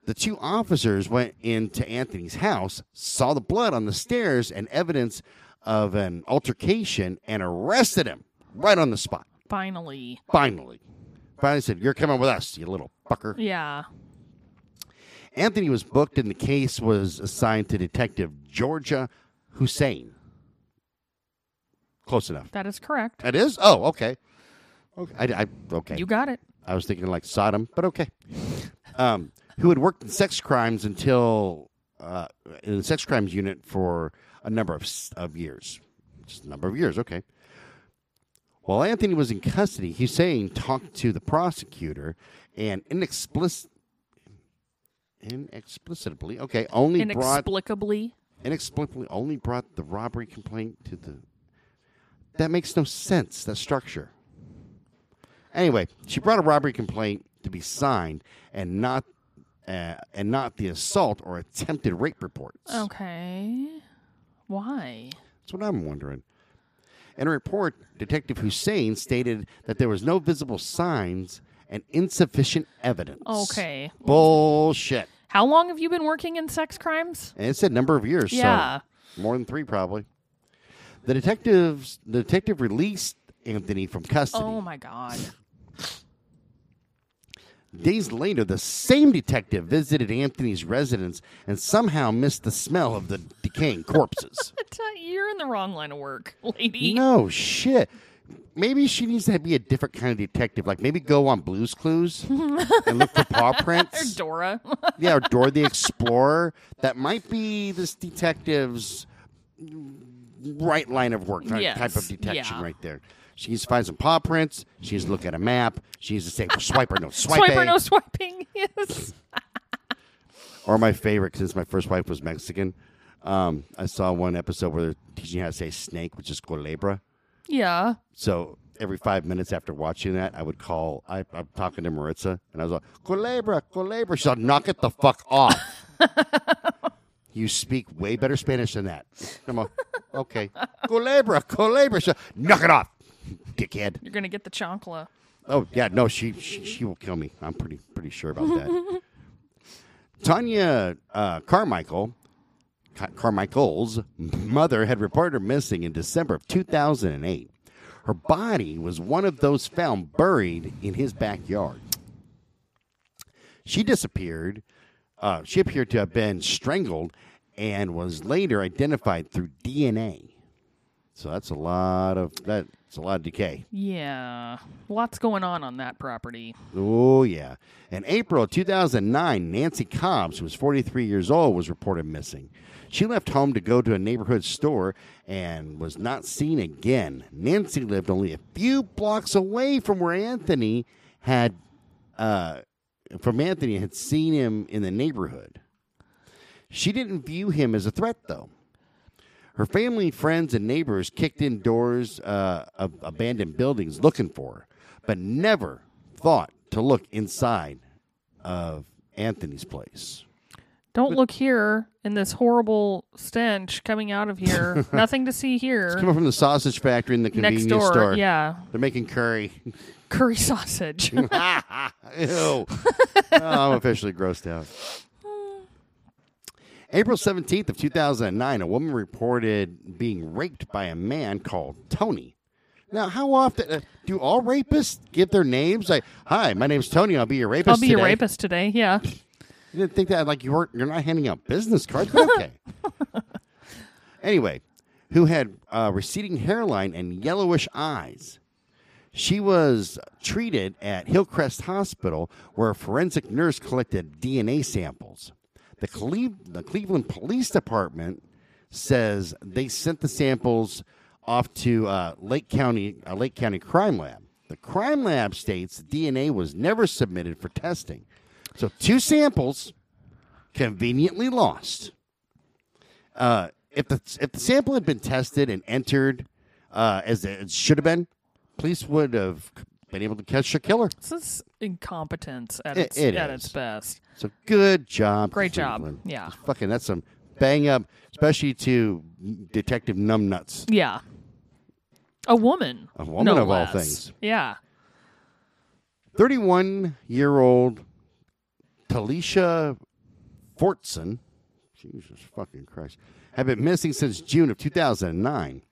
A: The two officers went into Anthony's house, saw the blood on the stairs and evidence of an altercation, and arrested him right on the spot.
B: finally
A: Finally, finally said, "You're coming with us, you little fucker."
B: yeah
A: Anthony was booked, and the case was assigned to Detective Georgia Hussein. Close enough.
B: that is correct
A: That is. Oh, okay. Okay. I, I, okay.
B: you got it
A: I was thinking like Sodom, but okay. Um, who had worked in sex crimes until uh, in the sex crimes unit for a number of s- of years, just a number of years. Okay. While Anthony was in custody, Hussein talked to the prosecutor and inexplic- inexplicably, okay, only brought
B: inexplicably
A: inexplicably only brought the robbery complaint to the. That makes no sense. That structure. Anyway, she brought a robbery complaint to be signed and not uh, and not the assault or attempted rape reports.
B: Oh. okay why
A: That's what I'm wondering. In a report, Detective Hussein stated that there was no visible signs and insufficient evidence.
B: Okay.
A: Bullshit.
B: how long have you been working in sex crimes
A: And it said number of years.
B: Yeah.
A: So more than three, probably. The detectives, the detective released Anthony from custody.
B: oh my god
A: Days later, the same detective visited Anthony's residence and somehow missed the smell of the decaying corpses.
B: It's, uh, you're in the wrong line of work lady
A: no shit. Maybe she needs to be a different kind of detective. Like maybe go on Blue's Clues and look for paw prints.
B: dora
A: yeah, or Dora the Explorer. That might be this detective's right line of work, right,
B: Yes,
A: type of detection
B: yeah.
A: right there. She needs to find some paw prints. She needs to look at a map. She needs to say, swipe or no swipe.
B: Swiper,
A: eh?
B: no Oh, swiping. Yes.
A: or my favorite since my first wife was Mexican. Um, I saw one episode where they're teaching you how to say snake, which is culebra.
B: Yeah.
A: So every five minutes after watching that, I would call. I, I'm talking to Maritza, and I was like, "Culebra, culebra." She's like, "Knock it the fuck off." you speak way better Spanish than that. I'm like, "Okay, culebra, culebra." She's like, "Knock it off, dickhead."
B: You're gonna get the chonkla.
A: Oh yeah, no, she she, she will kill me. I'm pretty pretty sure about that. Tanya uh, Carmichael, Ca- Carmichael's mother had reported her missing in December of 2008. Her body was one of those found buried in his backyard. She disappeared. Uh, she appeared to have been strangled and was later identified through DNA. So that's a lot of that's a lot of decay.
B: Yeah. Lots going on on that property.
A: Oh, yeah. In April 2009, Nancy Cobbs, who was 43 years old, was reported missing. She left home to go to a neighborhood store and was not seen again. Nancy lived only a few blocks away from where Anthony had, uh, from Anthony had seen him in the neighborhood. She didn't view him as a threat, though. Her family, friends, and neighbors kicked in doors uh, of abandoned buildings looking for her, but never thought to look inside of Anthony's place.
B: Don't look here in this horrible stench coming out of here. Nothing to see here.
A: Coming from the sausage factory in the
B: Next
A: convenience
B: door.
A: store.
B: Yeah.
A: They're making curry.
B: Curry sausage.
A: Ew. Oh, I'm officially grossed out. April 17th of 2009, a woman reported being raped by a man called Tony. Now, how often uh, do all rapists give their names? Like, hi, my name's Tony. I'll be your rapist
B: I'll be
A: today.
B: your rapist today. Yeah.
A: You didn't think that like you weren't you're not handing out business cards, but okay. anyway, who had uh, receding hairline and yellowish eyes. She was treated at Hillcrest Hospital, where a forensic nurse collected DNA samples. The, Cleve- the Cleveland Police Department says they sent the samples off to uh, Lake County, uh, Lake County Crime Lab. The crime lab states DNA was never submitted for testing. So two samples conveniently lost. Uh, if the if the sample had been tested and entered uh, as it should have been, police would have been able to catch the killer.
B: This is incompetence at
A: It-
B: its
A: it
B: at
A: is.
B: its best.
A: So good job,
B: Great job.
A: Cleveland.
B: Yeah.
A: fucking that's some bang up, especially to Detective Numbnuts.
B: Yeah. A woman.
A: A woman
B: no
A: of all
B: less.
A: things.
B: Yeah.
A: Thirty-one year old Talisha Fortson, Jesus fucking Christ, had been missing since June of 2009.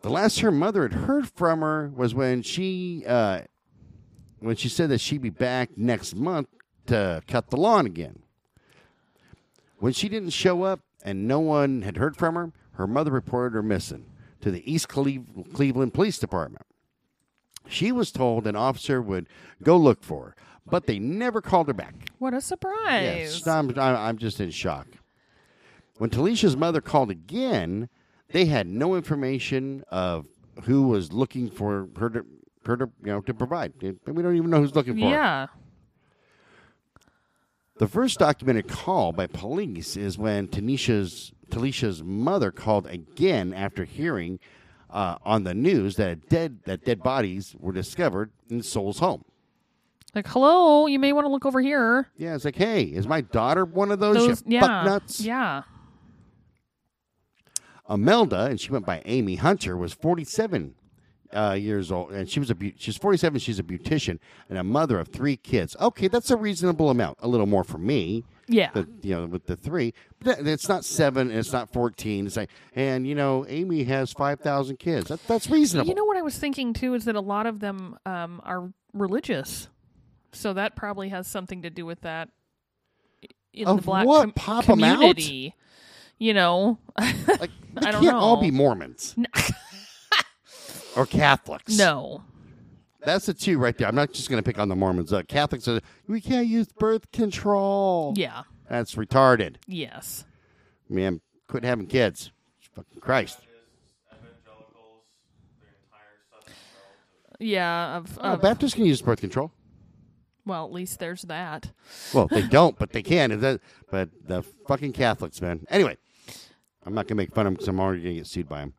A: The last her mother had heard from her was when she uh, when she said that she'd be back next month to cut the lawn again. When she didn't show up and no one had heard from her, her mother reported her missing to the East Cleve- Cleveland Police Department. She was told an officer would go look for her, but they never called her back.
B: What a surprise.
A: Yes, I'm, I'm I'm just in shock. When Talisha's mother called again, they had no information of who was looking for her to, her to you know to provide. We don't even know who's looking for. her.
B: yeah.
A: The first documented call by police is when Tanisha's Talisha's mother called again after hearing uh, on the news that a dead that dead bodies were discovered in Soul's home.
B: Like, hello, you may want to look over here.
A: Yeah, it's like, hey, is my daughter one of those,
B: Those
A: you
B: yeah.
A: fucknuts?
B: Yeah.
A: Imelda, and she went by Amy Hunter, was 47 uh, years old, and she was a beau- she's 47. She's a beautician and a mother of three kids. Okay, that's a reasonable amount. A little more for me.
B: Yeah.
A: The, you know, with the three, but that- it's not seven, and it's not 14. It's like, and you know, Amy has 5,000 kids. That, that's reasonable.
B: You know what I was thinking too is that a lot of them um, are religious, so that probably has something to do with that. i- In the
A: Of
B: black
A: what?
B: com-
A: Pop 'em out?
B: community, you know. Uh,
A: like, we
B: I don't
A: can't all
B: know.
A: be Mormons or Catholics.
B: no,
A: That's the two right there. I'm not just going to pick on the Mormons. Uh, Catholics are, we can't use birth control.
B: yeah,
A: That's retarded.
B: yes,
A: Man, quit having kids. Fucking Christ.
C: Baptists, evangelicals, the entire Southern
B: yeah, of,
A: Oh,
B: of-
A: Baptists can use birth control.
B: well, at least there's that.
A: Well, they don't, but they can. It does- But the fucking Catholics, man. Anyway, I'm not gonna make fun of them because I'm already gonna get sued by them.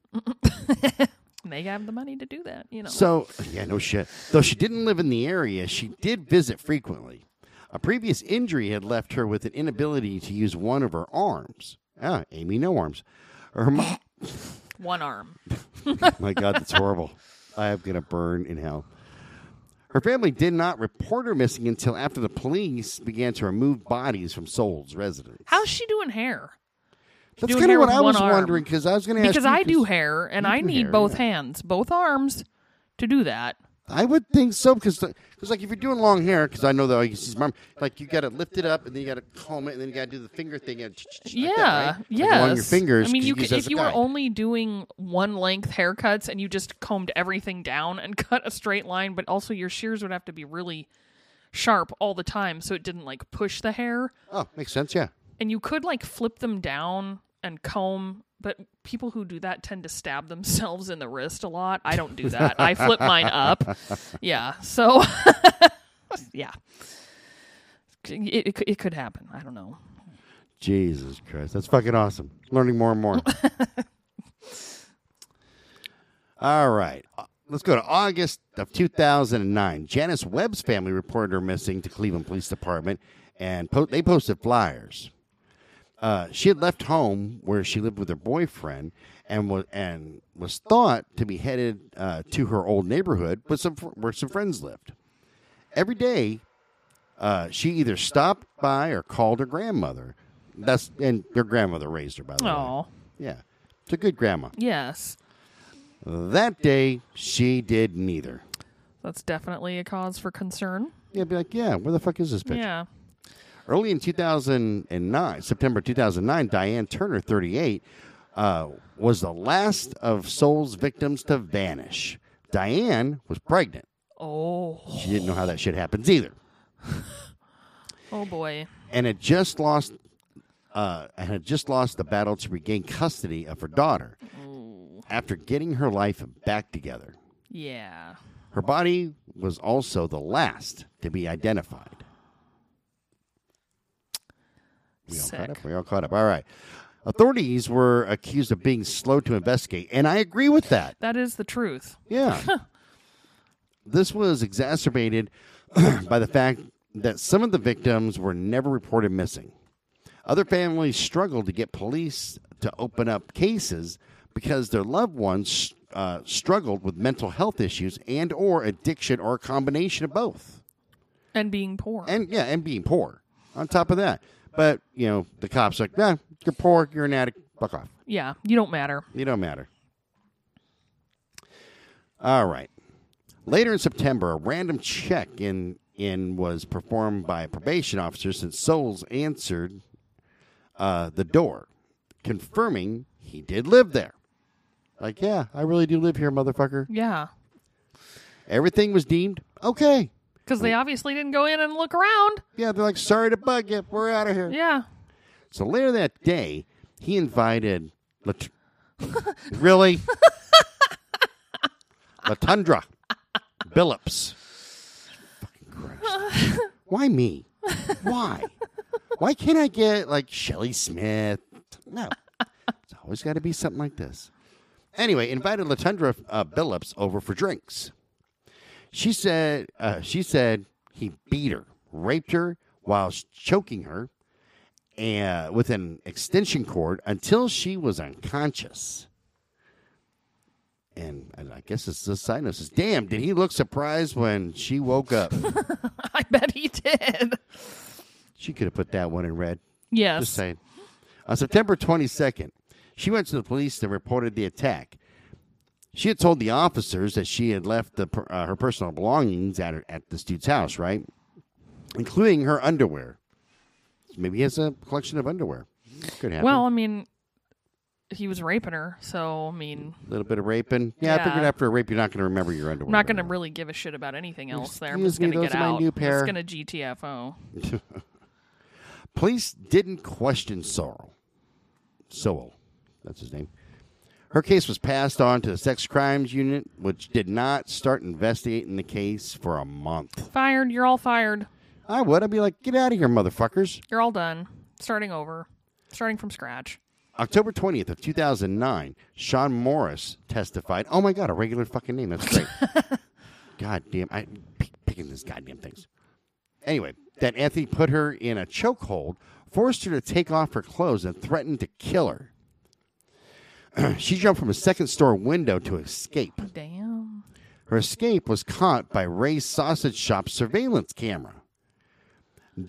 B: They have the money to do that, you know.
A: So, yeah, no shit. Though she didn't live in the area, she did visit frequently. A previous injury had left her with an inability to use one of her arms. Ah, Amy, no arms. Her mo-
B: One arm.
A: My God, that's horrible. I am going to burn in hell. Her family did not report her missing until after the police began to remove bodies from Seoul's residence.
B: How's she doing hair?
A: That's
B: doing
A: kind of
B: hair
A: what
B: with
A: I
B: one
A: was
B: arm?
A: wondering because I was going to ask
B: Because
A: you,
B: I do hair and I
A: do
B: need
A: hair,
B: both
A: yeah.
B: hands, both arms to do that.
A: I would think so because because like if you're doing long hair because I know that I can see my like you got to lift it up and then you got to comb it and then you got to do the finger thing and
B: Yeah,
A: yeah
B: yes.
A: along your fingers.
B: I mean,
A: 'cause
B: you
A: use
B: could,
A: that as
B: if
A: a
B: you were
A: guide.
B: only doing one length haircuts and you just combed everything down and cut a straight line, but also your shears would have to be really sharp all the time so it didn't like push the hair.
A: oh makes sense yeah
B: And you could like flip them down and comb, but people who do that tend to stab themselves in the wrist a lot. I don't do that. I flip mine up. Yeah. So yeah. It, it, it could happen. I don't know.
A: Jesus Christ that's fucking awesome learning more and more. All right. Uh, Let's go to August of 2009. Janice Webb's family reported her missing to Cleveland Police Department, and po- they posted flyers. Uh, she had left home where she lived with her boyfriend and was and was thought to be headed uh, to her old neighborhood, with some fr- where some friends lived. Every day, uh, she either stopped by or called her grandmother. That's and her grandmother raised her by the way.
B: Oh,
A: Yeah, it's a good grandma.
B: yes.
A: That day, she did neither.
B: That's definitely a cause for concern.
A: Yeah, be like, yeah, where the fuck is this bitch?
B: Yeah.
A: Early in 2009, September 2009, Diane Turner, 38, uh, was the last of Soul's victims to vanish. Diane was pregnant.
B: Oh.
A: She didn't know how that shit happens either,
B: Oh boy.
A: and had just lost, uh, and had just lost the battle to regain custody of her daughter after getting her life back together.
B: Yeah.
A: Her body was also the last to be identified. We all caught
B: Sick.
A: up. We all caught up. All right. Authorities were accused of being slow to investigate, and I agree with that.
B: That is the truth.
A: Yeah. this was exacerbated by the fact that some of the victims were never reported missing. Other families struggled to get police to open up cases because their loved ones uh, struggled with mental health issues and or addiction or a combination of both.
B: And being poor.
A: And yeah, and being poor on top of that. But, you know, the cops like, nah, you're poor, you're an addict, fuck off.
B: yeah. You don't matter.
A: You don't matter. All right. Later in September, a random check in in was performed by a probation officer since Souls answered uh, the door, confirming he did live there. Like, yeah, I really do live here, motherfucker.
B: Yeah.
A: Everything was deemed okay.
B: Because
A: Mm.
B: they obviously didn't go in and look around.
A: Yeah, they're like, sorry to bug you. We're out of here.
B: Yeah.
A: So later that day, he invited Lat- really Latundra Billups. Fucking Christ! Why me? Why? Why can't I get like Shelly Smith? No, it's always got to be something like this. Anyway, invited Latundra uh, Billups over for drinks. She said uh, she said he beat her, raped her while choking her, and uh, with an extension cord until she was unconscious. And and I guess it's the sinus. Is, Damn, did he look surprised when she woke up?
B: I bet he did.
A: she could have put that one in red. Just
B: Yes.
A: saying. On September 22nd, she went to the police and reported the attack. She had told the officers that she had left the, per- uh, her personal belongings at, her, at this dude's house, right? Including her underwear. Maybe he has a collection of underwear. Could happen.
B: Well, I mean, he was raping her. So, I mean,
A: A little bit of raping. Yeah, I figured
B: Yeah.
A: after a rape, you're not going to remember your underwear.
B: I'm not going to
A: very
B: really give a shit about anything else there. I'm
A: Excuse
B: just
A: me,
B: going to get
A: those are my
B: out.
A: new
B: It's
A: pair.
B: going to GTFO.
A: well. Police didn't question Sorrel. Sowell, that's his name. Her case was passed on to the Sex Crimes Unit, which did not start investigating the case for a month.
B: Fired. You're all fired.
A: I would. I'd be like, get out of here, motherfuckers.
B: You're all done. Starting over. Starting from scratch.
A: October 20th of 2009, Sean Morris testified. Oh my God, a regular fucking name. That's great. God damn, I p- picking these goddamn things. Anyway, that Anthony put her in a chokehold, forced her to take off her clothes, and threatened to kill her. she jumped from a second store window to escape.
B: Damn.
A: Her escape was caught by Ray's Sausage Shop surveillance camera.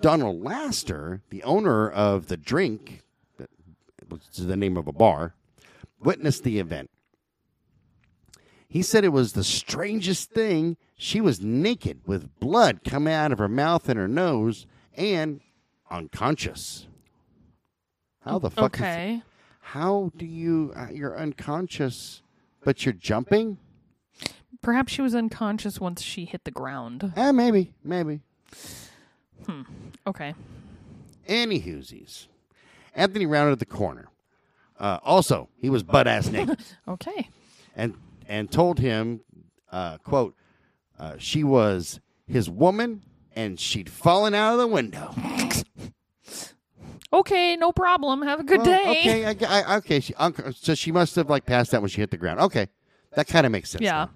A: Donald Laster, the owner of The Drink, that was the name of a bar, witnessed the event. He said it was the strangest thing. She was naked with blood coming out of her mouth and her nose and unconscious. How the fuck is
B: Okay.
A: how do you uh, you're unconscious but you're jumping?
B: Perhaps she was unconscious once she hit the ground.
A: Eh, maybe, maybe.
B: Okay.
A: Any hoosies. Anthony rounded the corner. Uh, also, he was butt ass naked
B: Okay.
A: and and told him, uh, quote, uh, she was his woman and she'd fallen out of the window.
B: Okay. No problem. Have a good
A: Well,
B: day.
A: Okay, I, I- okay. She, unc- so she must have like passed out when she hit the ground. Okay, that kind of makes sense.
B: Yeah.
A: now.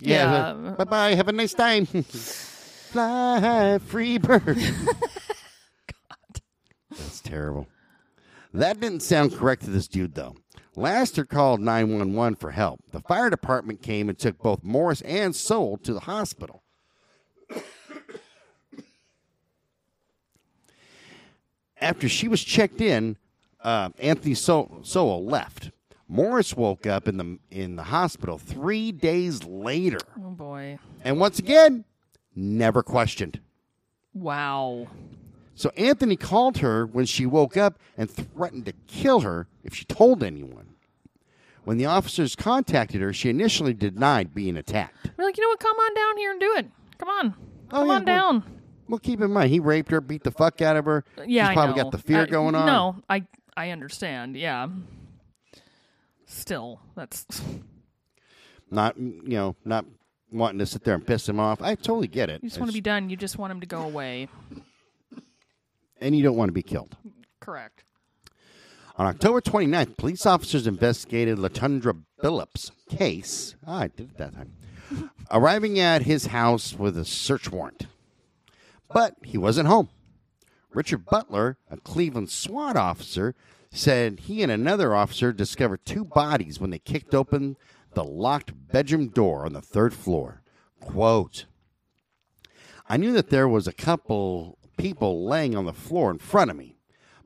A: Yeah.
B: Yeah.
A: Bye bye. Have a nice time. Fly high, free bird. God, that's terrible. That didn't sound correct to this dude though. Laster called 911 for help. The fire department came and took both Morris and Soul to the hospital. After she was checked in, uh, Anthony so- Sowell left. Morris woke up in the in the hospital three days later,
B: Oh boy.
A: and once again, never questioned.
B: Wow.
A: So Anthony called her when she woke up and threatened to kill her if she told anyone. When the officers contacted her, she initially denied being attacked.
B: We're like, you know what? Come on down here and do it. Come on.
A: Oh,
B: Come
A: yeah,
B: on
A: well-
B: down.
A: Well, keep in mind, he raped her, beat the fuck out of her.
B: Yeah,
A: She's
B: I
A: probably
B: know.
A: got the fear
B: I-
A: going on.
B: No, I I understand. Yeah. Still, that's
A: not you know, not wanting to sit there and piss him off. I totally get it.
B: you just want to be done. You just want him to go away.
A: and you don't want to be killed.
B: Correct.
A: On October 29th, police officers investigated Latundra Billups' case. Ah, I did it that time. arriving at his house with a search warrant. But he wasn't home. Richard Butler, a Cleveland SWAT officer, said he and another officer discovered two bodies when they kicked open the locked bedroom door on the third floor. Quote I knew that there was a couple people laying on the floor in front of me.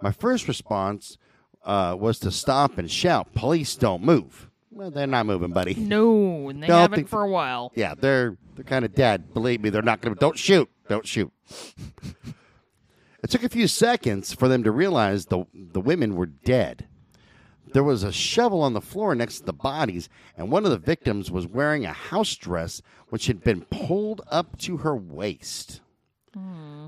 A: My first response uh, was to stop and shout, Police don't move. Well, they're not moving, buddy.
B: No, and they
A: Don't
B: haven't
A: think-
B: for a while.
A: Yeah, they're they're kind of dead. Believe me, they're not going to. Don't shoot. Don't shoot. it took a few seconds for them to realize the the women were dead. There was a shovel on the floor next to the bodies, and one of the victims was wearing a house dress which had been pulled up to her waist.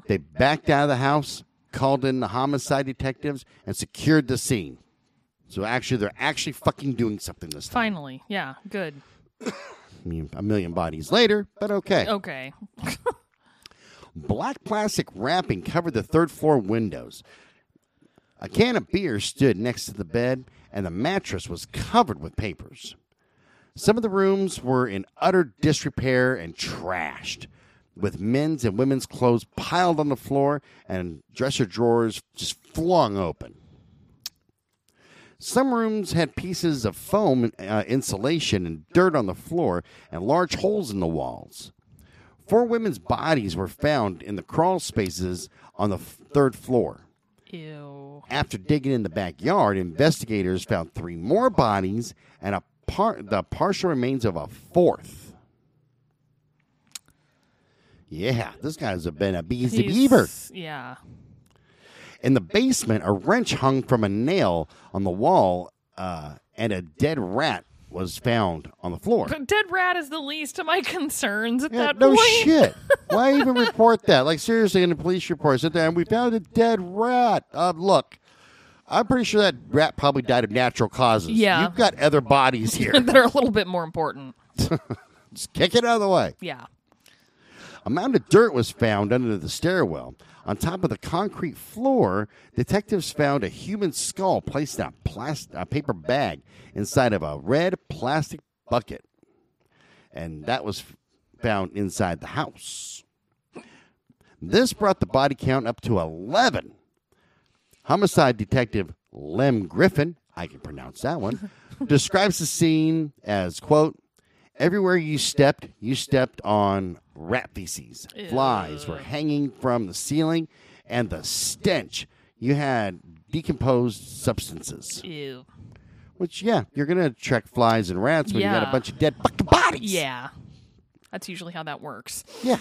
A: They backed out of the house, called in the homicide detectives, and secured the scene. So actually, they're actually fucking doing something this time.
B: Finally, yeah, good.
A: I mean, a million bodies later, but okay.
B: Okay,
A: Black plastic wrapping covered the third floor windows. A can of beer stood next to the bed, and the mattress was covered with papers. Some of the rooms were in utter disrepair and trashed, with men's and women's clothes piled on the floor and dresser drawers just flung open. Some rooms had pieces of foam uh, insulation and dirt on the floor and large holes in the walls. Four women's bodies were found in the crawl spaces on the f- third floor.
B: ew.
A: After digging in the backyard, investigators found three more bodies and a par- the partial remains of a fourth. Yeah, this guy's been a bee's
B: He's-
A: beaver.
B: Yeah,
A: In the basement, a wrench hung from a nail on the wall, uh, and a dead rat was found on the floor.
B: but dead rat is the least of my concerns at
A: Yeah,
B: that
A: no
B: point.
A: shit. Why even report that? Like seriously, in the police report, sit there and we found a dead rat. Uh, look, I'm pretty sure that rat probably died of natural causes.
B: Yeah.
A: You've got other bodies here.
B: that are a little bit more important.
A: Just kick it out of the way.
B: Yeah.
A: A mound of dirt was found under the stairwell. On top of the concrete floor, detectives found a human skull placed in a, plas- a paper bag inside of a red plastic bucket. And that was found inside the house. This brought the body count up to 11. Homicide detective Lem Griffin, I can pronounce that one, describes the scene as, quote, Everywhere you stepped, you stepped on rat feces. Flies were hanging from the ceiling, and the stench you had decomposed substances.
B: Ew.
A: Which, yeah, you're gonna attract flies and rats when you got a
B: Yeah.
A: bunch of dead fucking bodies.
B: Yeah. That's usually how that works.
A: Yeah.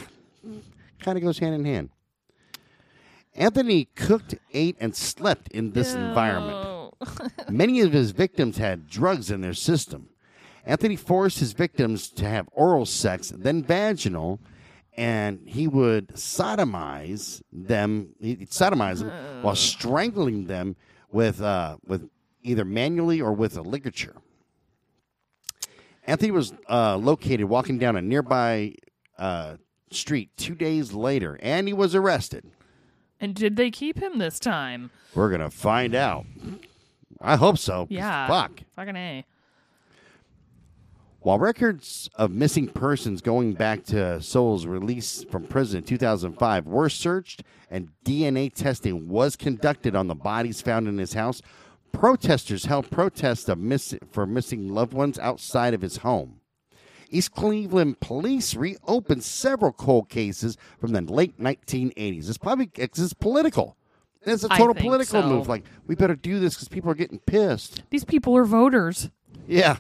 A: Kind of goes hand in hand. Anthony cooked, ate, and slept in this environment.
B: Oh.
A: Many of his victims had drugs in their system. Anthony forced his victims to have oral sex, then vaginal, and he would sodomize them. He'd sodomize them while strangling them with uh, with either manually or with a ligature. Anthony was uh, located walking down a nearby uh, street two days later, and he was arrested.
B: And did they keep him this time?
A: We're gonna find out. I hope so.
B: Yeah.
A: Fuck.
B: Fucking A.
A: While records of missing persons going back to Soul's release from prison in 2005 were searched and DNA testing was conducted on the bodies found in his house, protesters held protests of miss- for missing loved ones outside of his home. East Cleveland police reopened several cold cases from the late 1980s. It's probably it's, it's political. It's a
B: I
A: total
B: think
A: political
B: so.
A: move. Like we better do this because people are getting pissed.
B: These people are voters.
A: Yeah.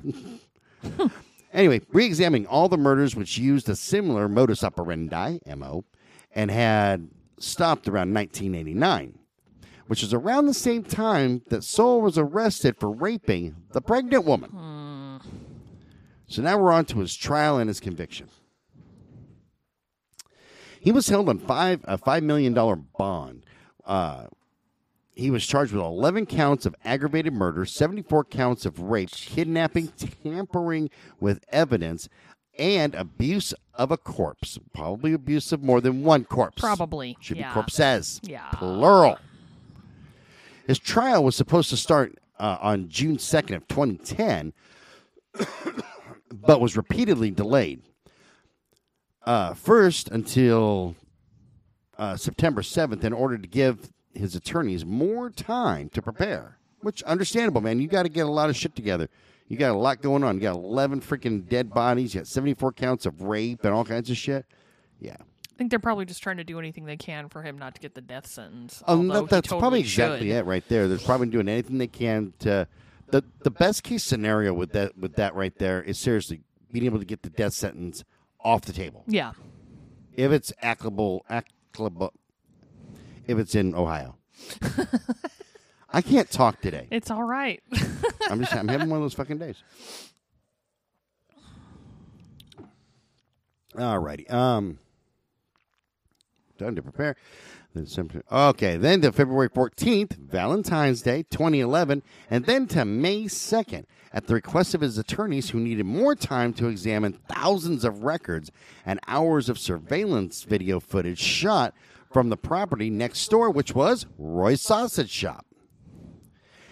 A: anyway, re examining all the murders which used a similar modus operandi, MO, and had stopped around 1989, which is around the same time that Soul was arrested for raping the pregnant woman. So now we're on to his trial and his conviction. He was held on five a five million dollar bond. Uh, he was charged with 11 counts of aggravated murder, 74 counts of rape, kidnapping, tampering with evidence, and abuse of a corpse. Probably abuse of more than one corpse.
B: Probably.
A: Should
B: yeah.
A: be corpses.
B: Yeah.
A: Plural. His trial was supposed to start uh, on June 2nd of 2010, but was repeatedly delayed. Uh, first until uh, September 7th in order to give his attorneys more time to prepare, which understandable, man. You got to get a lot of shit together. You got a lot going on. You got 11 freaking dead bodies. You got 74 counts of rape and all kinds of shit. Yeah.
B: I think they're probably just trying to do anything they can for him not to get the death sentence.
A: Um,
B: although
A: that,
B: he
A: that's
B: totally
A: probably exactly
B: should.
A: it right there. They're probably doing anything they can to. The, the best case scenario with that with that right there is seriously being able to get the death sentence off the table
B: Yeah.
A: if it's applicable, applicable if it's in Ohio. I can't talk today.
B: It's all right.
A: I'm just I'm having one of those fucking days. All righty. Um time to prepare. Then some- Okay, then to February 14th, Valentine's Day 2011, and then to May 2nd, at the request of his attorneys who needed more time to examine thousands of records and hours of surveillance video footage shot from the property next door, which was Roy's Sausage Shop.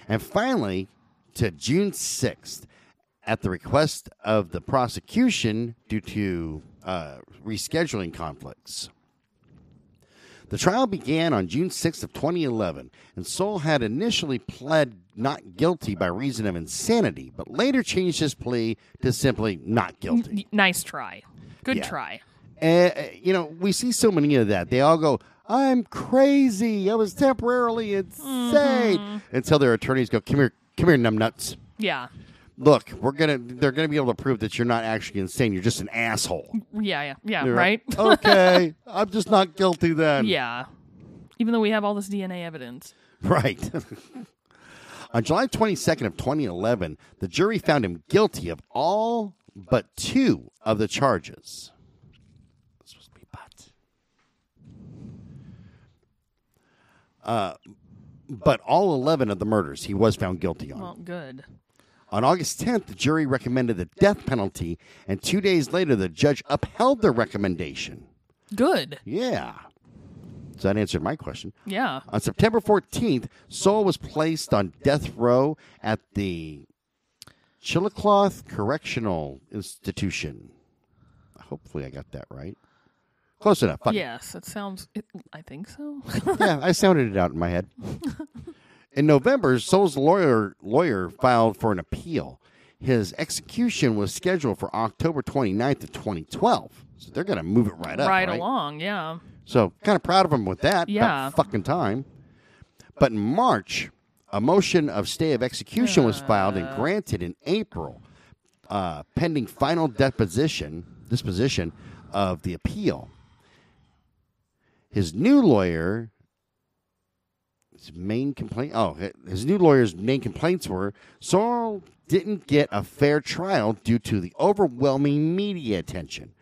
A: And finally, to June 6th, at the request of the prosecution due to uh, rescheduling conflicts. The trial began on June 6th of 2011, and Soul had initially pled not guilty by reason of insanity, but later changed his plea to simply not guilty.
B: Y- Nice try. Good
A: Yeah.
B: try.
A: Uh, you know, we see so many of that. They all go, "I'm crazy. I was temporarily insane," until their attorneys go, "Come here, come here, numbnuts.
B: Yeah.
A: Look, we're gonna. They're gonna be able to prove that you're not actually insane. You're just an asshole."
B: Yeah. Yeah. Yeah.
A: They're
B: Right?
A: like, okay, I'm just not guilty then.
B: yeah. Even though we have all this DNA evidence.
A: Right. On July 22nd of 2011, the jury found him guilty of all but two of the charges. This was me, but. Uh, But all 11 of the murders he was found guilty on.
B: Well, good.
A: On August 10th, the jury recommended the death penalty, and two days later, the judge upheld the recommendation.
B: Good.
A: Yeah. So that answered my question.
B: Yeah.
A: On September 14th, Sol was placed on death row at the Chillicothe Correctional Institution. Hopefully, I got that right. Close enough. Fuck it.
B: Yes, it sounds. It, I think so.
A: yeah, I sounded it out in my head. In November, Sol's lawyer lawyer filed for an appeal. His execution was scheduled for October 29th of 2012. So they're going to move it right up.
B: right
A: Right,
B: along. Yeah.
A: So kind of proud of him with that.
B: Yeah.
A: About fucking time. But in March, a motion of stay of execution was filed
B: Uh.
A: and granted in April, uh, pending final deposition disposition of the appeal. His new lawyer, his main complaint. Oh, his new lawyer's main complaints were Sorrell didn't get a fair trial due to the overwhelming media attention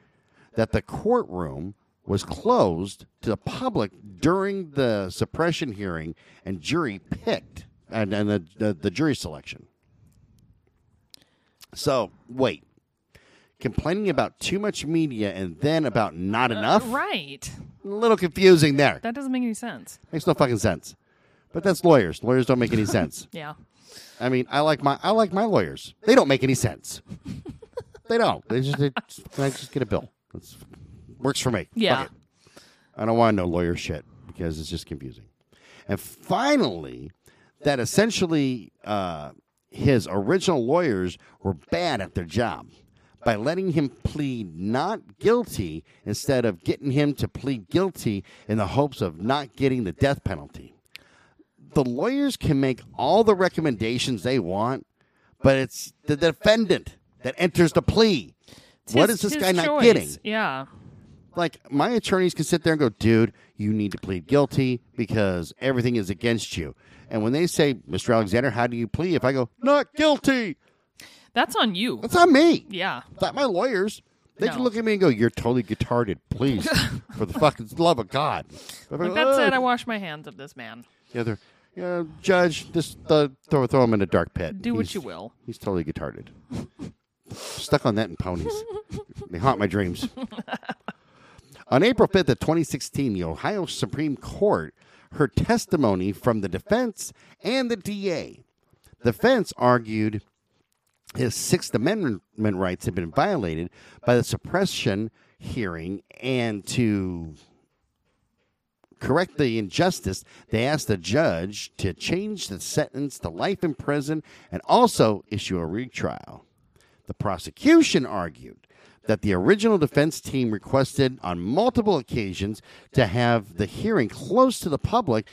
A: that the courtroom was closed to the public during the suppression hearing and jury picked and, and the, the, the jury selection. So, wait. Complaining about too much media and then about not enough?
B: Right.
A: A little confusing there.
B: That doesn't make any sense.
A: Makes no fucking sense. But that's lawyers. Lawyers don't make any sense.
B: Yeah.
A: I mean, I like my I like my lawyers. They don't make any sense. they don't. They just, they just can I just get a bill? That's, works for me. Fuck
B: Yeah.
A: it. I don't want no lawyer shit because it's just confusing. And finally, that essentially uh, his original lawyers were bad at their job by letting him plead not guilty instead of getting him to plead guilty in the hopes of not getting the death penalty the lawyers can make all the recommendations they want, but it's the defendant that enters the plea.
B: It's
A: What
B: his-
A: is this
B: his
A: guy not
B: choice.
A: getting?
B: Yeah.
A: Like my attorneys can sit there and go, "Dude, you need to plead guilty because everything is against you." And when they say, "Mr. Alexander, how do you plead?" If I go, "Not guilty,"
B: That's on you.
A: that's on me.
B: Yeah.
A: It's not my lawyers. They
B: No.
A: can look at me and go, "You're totally guitarded, please, for the fucking love of God." If I go,
B: Like that
A: "Oh,
B: said, I wash my hands of this man.
A: yeah, they're, yeah, judge, just uh, throw throw him in a dark pit.
B: Do what
A: He's-
B: you will.
A: He's totally guitarded. Stuck on that and ponies. they haunt my dreams. on April 5th of 2016, the Ohio Supreme Court heard testimony from the defense and the DA. The defense argued his Sixth Amendment rights had been violated by the suppression hearing and to correct the injustice, they asked the judge to change the sentence to life in prison and also issue a retrial. The prosecution argued that the original defense team requested on multiple occasions to have the hearing close to the public,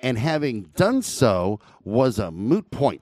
A: and having done so was a moot point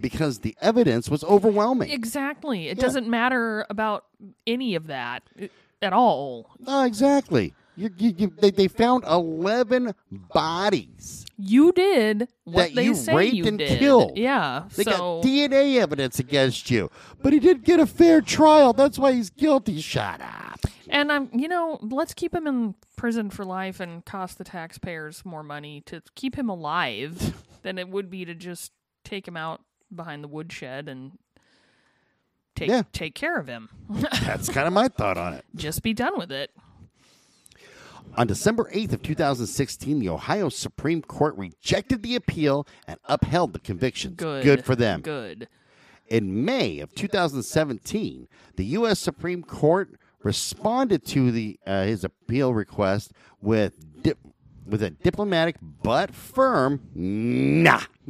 A: because the evidence was overwhelming.
B: Exactly. It doesn't matter about any of that uh, at all.
A: Oh, exactly. You, you, you, they, they found 11 bodies.
B: You did what
A: That
B: they
A: you
B: say
A: raped
B: you
A: and
B: did.
A: killed.
B: Yeah.
A: They
B: so
A: got DNA evidence against you, but he didn't get a fair trial. That's why he's guilty. Shut up.
B: and I'm you know, let's keep him in prison for life and cost the taxpayers more money to keep him alive than it would be to just take him out behind the woodshed and take
A: Yeah.
B: take care of him.
A: That's kind of my thought on it.
B: just be done with it.
A: On December 8th of 2016, the Ohio Supreme Court rejected the appeal and upheld the convictions.
B: Good.
A: for them.
B: Good.
A: In May of 2017, the U.S. Supreme Court responded to the uh, his appeal request with dip, with a diplomatic but firm nah.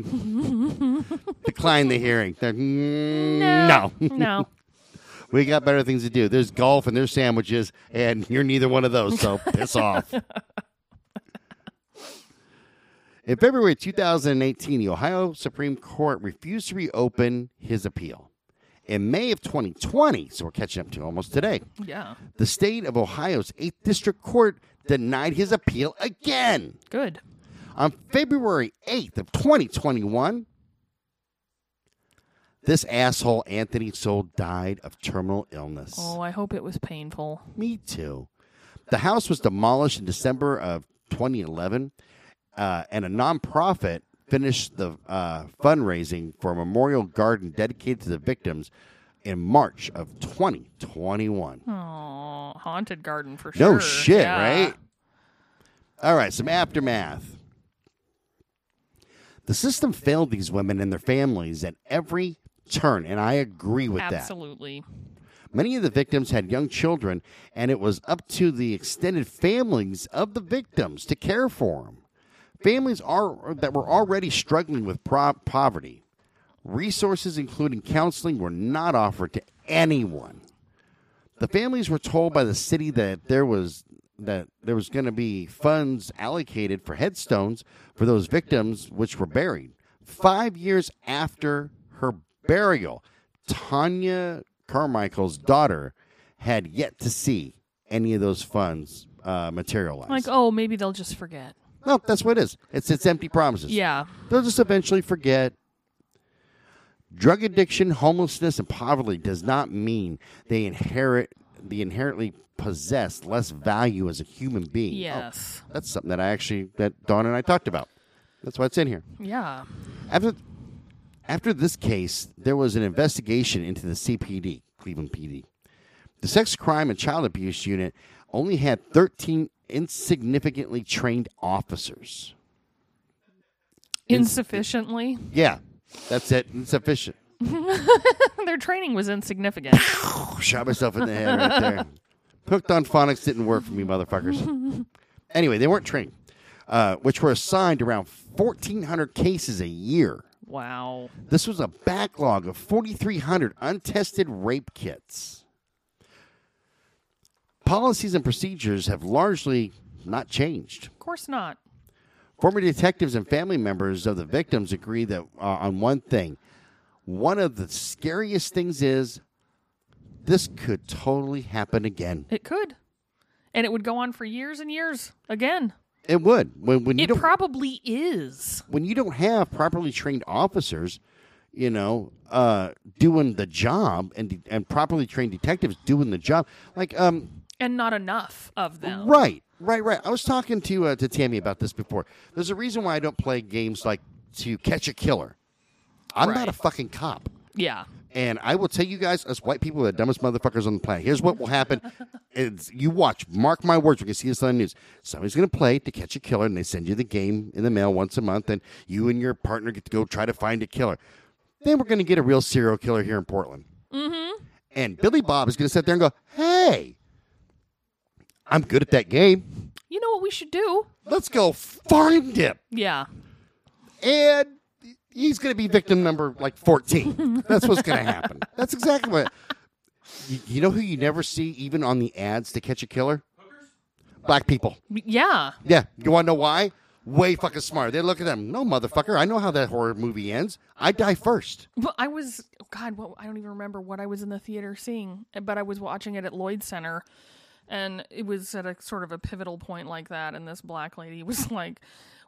A: Declined the hearing. They're, no.
B: no.
A: we got better things to do. There's golf and there's sandwiches, and you're neither one of those, so piss off. In February 2018, the Ohio Supreme Court refused to reopen his appeal. In May of 2020, so we're catching up to almost today,
B: Yeah.
A: the state of Ohio's 8th District Court denied his appeal again.
B: Good.
A: On February 8th of 2021, this asshole Anthony Soul died of terminal illness.
B: Oh, I hope it was painful.
A: Me too. The house was demolished in December of 2011, uh, and a nonprofit finished the uh, fundraising for a memorial garden dedicated to the victims in March of 2021.
B: Oh, haunted garden for sure.
A: No shit,
B: Yeah.
A: right? All right, some aftermath. The system failed these women and their families at every turn, and I agree with that.
B: Absolutely.
A: Many of the victims had young children, and it was up to the extended families of the victims to care for them. Families are, that were already struggling with pro- poverty. Resources, including counseling, were not offered to anyone. The families were told by the city that there was that there was going to be funds allocated for headstones for those victims which were buried. Five years after her burial, Tanya Carmichael's daughter had yet to see any of those funds uh, materialize.
B: Like, oh, maybe they'll just forget.
A: no, that's what it is. It's it's empty promises.
B: Yeah.
A: They'll just eventually forget. Drug addiction, homelessness, and poverty does not mean they inherit the inherently possess less value as a human being.
B: Yes.
A: Oh, that's something that I actually that Dawn and I talked about. That's why it's in here.
B: Yeah.
A: After after this case, there was an investigation into the CPD, Cleveland PD. The sex crime and child abuse unit only had 13 insignificantly trained officers.
B: Insufficiently.
A: Yeah, that's it. Insufficient.
B: Their training was insignificant.
A: Shot myself in the head right there. Hooked on phonics didn't work for me, motherfuckers. anyway, they weren't trained, uh, which were assigned around 1,400 cases a year.
B: wow.
A: This was a backlog of 4,300 untested rape kits. Policies and procedures have largely not changed.
B: Of course not.
A: Former detectives and family members of the victims agree that uh, on one thing, one of the scariest things is this could totally happen again.
B: It could. And it would go on for years and years again.
A: It would when when you
B: It
A: don't
B: probably is.
A: when you don't have properly trained officers, you know, uh, doing the job and and properly trained detectives doing the job. Like um,
B: And not enough of them.
A: Right, right, right. I was talking to uh, to Tammy about this before. There's a reason why I don't play games like to catch a killer. I'm not a fucking cop,
B: Yeah.
A: and I will tell you guys, us white people are the dumbest motherfuckers on the planet. Here's what will happen: it's, you watch, mark my words. We can see this on the news. Somebody's going to play to catch a killer, and they send you the game in the mail once a month, and you and your partner get to go try to find a killer. Then we're going to get a real serial killer here in Portland. And Billy Bob is going to sit there and go, "Hey, I'm good at that game."
B: You know what we should do?
A: Let's go find him.
B: Yeah.
A: And he's going to be victim number like 14. That's what's going to happen. That's exactly what. You, you know who you never see even on the ads to catch a killer? Black people.
B: Yeah.
A: Yeah. You want to know why? Way fucking smart. They look at them. No, motherfucker. I know how that horror movie ends. I die first.
B: But I was oh God, what, I don't even remember what I was in the theater seeing, eh, but I was watching it at Lloyd Center, and it was at a sort of a pivotal point like that. And this black lady was like,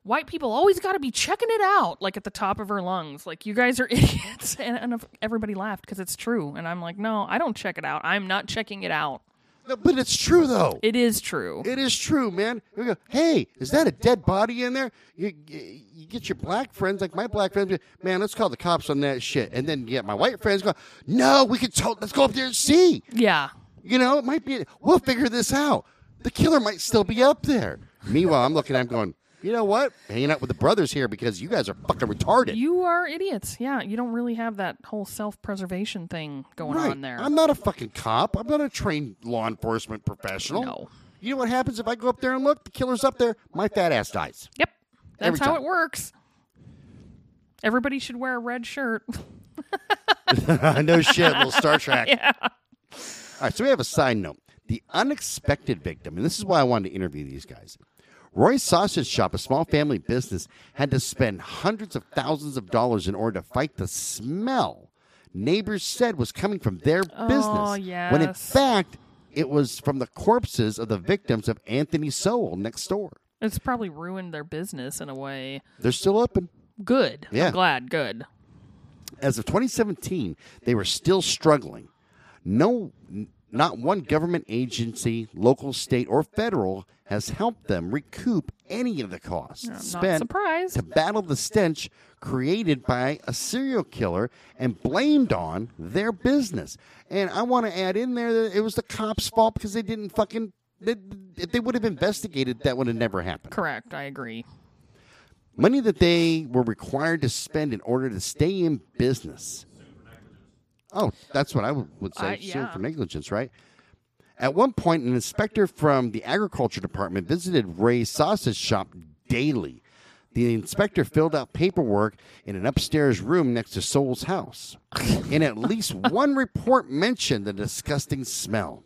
B: "White people always got to be checking it out," like at the top of her lungs, like "You guys are idiots," and, and everybody laughed because it's true. And I'm like, "No, I don't check it out. I'm not checking it out.
A: No, but it's true, though.
B: It is true."
A: It is true, man. We go, hey, is that a dead body in there? You, you, you get your black friends, like my black friends, man, let's call the cops on that shit. And then you get my white friends go, no, we can tell, let's go up there and see.
B: yeah,
A: You know, it might be, we'll figure this out. The killer might still be up there. Meanwhile, I'm looking, I'm going, you know what? Hanging out with the brothers here because you guys are fucking retarded.
B: you are idiots. Yeah, you don't really have that whole self-preservation thing going
A: right.
B: on there.
A: I'm not a fucking cop. I'm not a trained law enforcement professional.
B: No.
A: You know what happens if I go up there and look? The killer's up there. My fat ass dies.
B: Yep.
A: Every
B: That's how
A: time.
B: it works. Everybody should wear a red shirt.
A: no shit, little Star Trek. All right, so we have a side note. The unexpected victim, and this is why I wanted to interview these guys. Roy's Sausage Shop, a small family business, had to spend hundreds of thousands of dollars in order to fight the smell neighbors said was coming from their business. When in
B: yes.
A: fact, it was from the corpses of the victims of Anthony Sowell next door.
B: It's probably ruined their business in a way.
A: They're still open.
B: Good.
A: Yeah.
B: I'm glad. Good.
A: As of 2017, they were still struggling. No, n- not one government agency, local, state, or federal, has helped them recoup any of the costs
B: I'm not
A: spent
B: surprised.
A: to battle the stench created by a serial killer and blamed on their business. And I want to add in there that it was the cops' fault because they didn't fucking. They, if they would have investigated, that would have never happened.
B: Correct. I agree.
A: Money that they were required to spend in order to stay in business. Oh, that's what I would would say.
B: Uh,
A: Sue
B: yeah.
A: for negligence, right? At one point, an inspector from the agriculture department visited Ray's sausage shop daily. The inspector filled out paperwork in an upstairs room next to Soul's house. and at least one report mentioned the disgusting smell.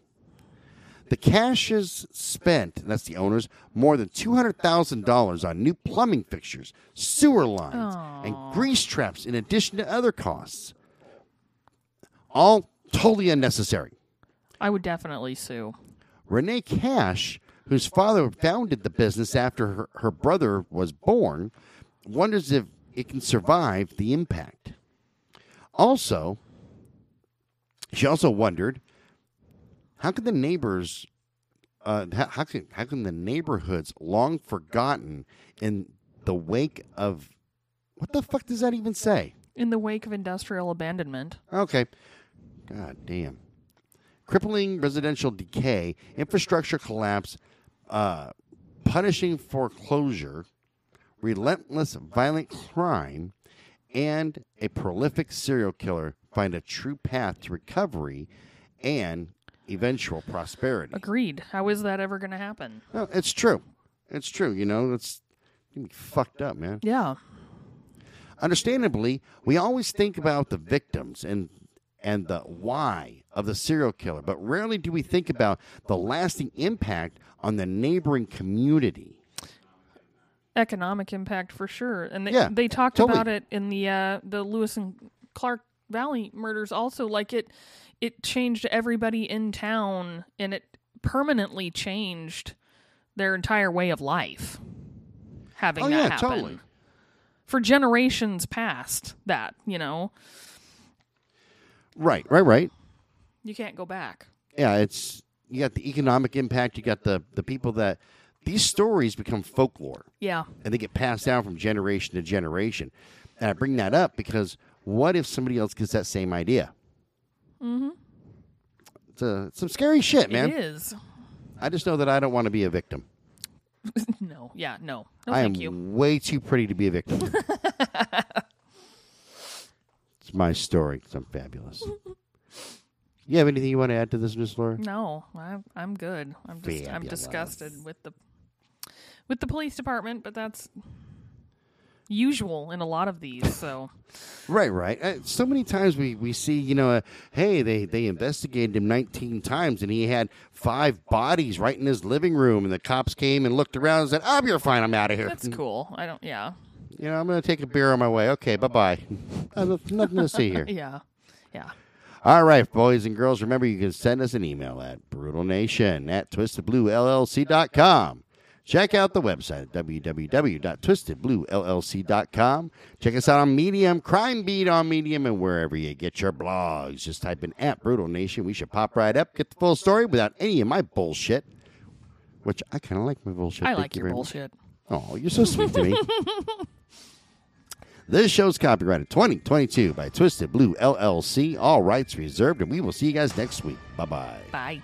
A: The cash is spent, and that's the owners, more than $200,000 on new plumbing fixtures, sewer lines, and grease traps, in addition to other costs. All totally unnecessary.
B: I would definitely sue.
A: Renee Cash, whose father founded the business after her, her brother was born, wonders if it can survive the impact. Also, she also wondered how could the neighbors, uh, how, how, can, how can the neighborhoods long forgotten in the wake of what the fuck does that even say?
B: In the wake of industrial abandonment,
A: Okay. God damn. Crippling residential decay, infrastructure collapse, uh, punishing foreclosure, relentless violent crime, and a prolific serial killer find a true path to recovery and eventual prosperity.
B: agreed. How is that ever going to happen?
A: No, it's true. It's true. You know, it's you can be fucked up, man.
B: Yeah.
A: Understandably, we always think about the victims and and the why of the serial killer, but rarely do we think about the lasting impact on the neighboring community.
B: Economic impact for sure. And they,
A: Yeah,
B: they talked
A: totally.
B: about it in the uh, the Lewis and Clark Valley murders also like it it changed everybody in town and it permanently changed their entire way of life having
A: Oh,
B: that
A: yeah,
B: happen.
A: totally.
B: For generations past that, you know,
A: Right, right, right.
B: you can't go back.
A: Yeah, it's you got the economic impact, you got the the people that these stories become folklore.
B: Yeah.
A: and they get passed down from generation to generation. And I bring that up because what if somebody else gets that same idea? Mm-hmm. It's uh, some scary shit, man.
B: It is.
A: I just know that I don't want to be a victim.
B: No. Yeah, no. No,
A: I am
B: thank you.
A: way too pretty to be a victim. it's my story. 'cause I'm fabulous. you have anything you want to add to this, Miss Laura?
B: No, I, I'm good. I'm just I'm
A: Fabulous.
B: disgusted with the with the police department, but that's usual in a lot of these. So
A: Right, right. Uh, so many times we, we see, you know, uh, hey, they, they investigated him 19 times and he had five bodies right in his living room. And the cops came and looked around and said, oh, you're fine. I'm out of here.
B: that's cool. I don't. Yeah,
A: You know, I'm going to take a beer on my way. Okay, bye bye. Uh, Nothing to see here.
B: yeah, yeah.
A: All right, boys and girls, remember you can send us an email at brutalnation at twistedbluellc.com. Check out the website at www.twistedbluellc.com. Check us out on Medium, Crime Beat on Medium, and wherever you get your blogs. Just type in at Brutal Nation. We should pop right up, get the full story without any of my bullshit, which I kind of like my bullshit.
B: I
A: Thank
B: like
A: you
B: your
A: very much.
B: bullshit.
A: Oh, you're so sweet to me. this show's copyrighted 2022 by Twisted Blue LLC. All rights reserved, and we will see you guys next week. Bye bye.
B: Bye.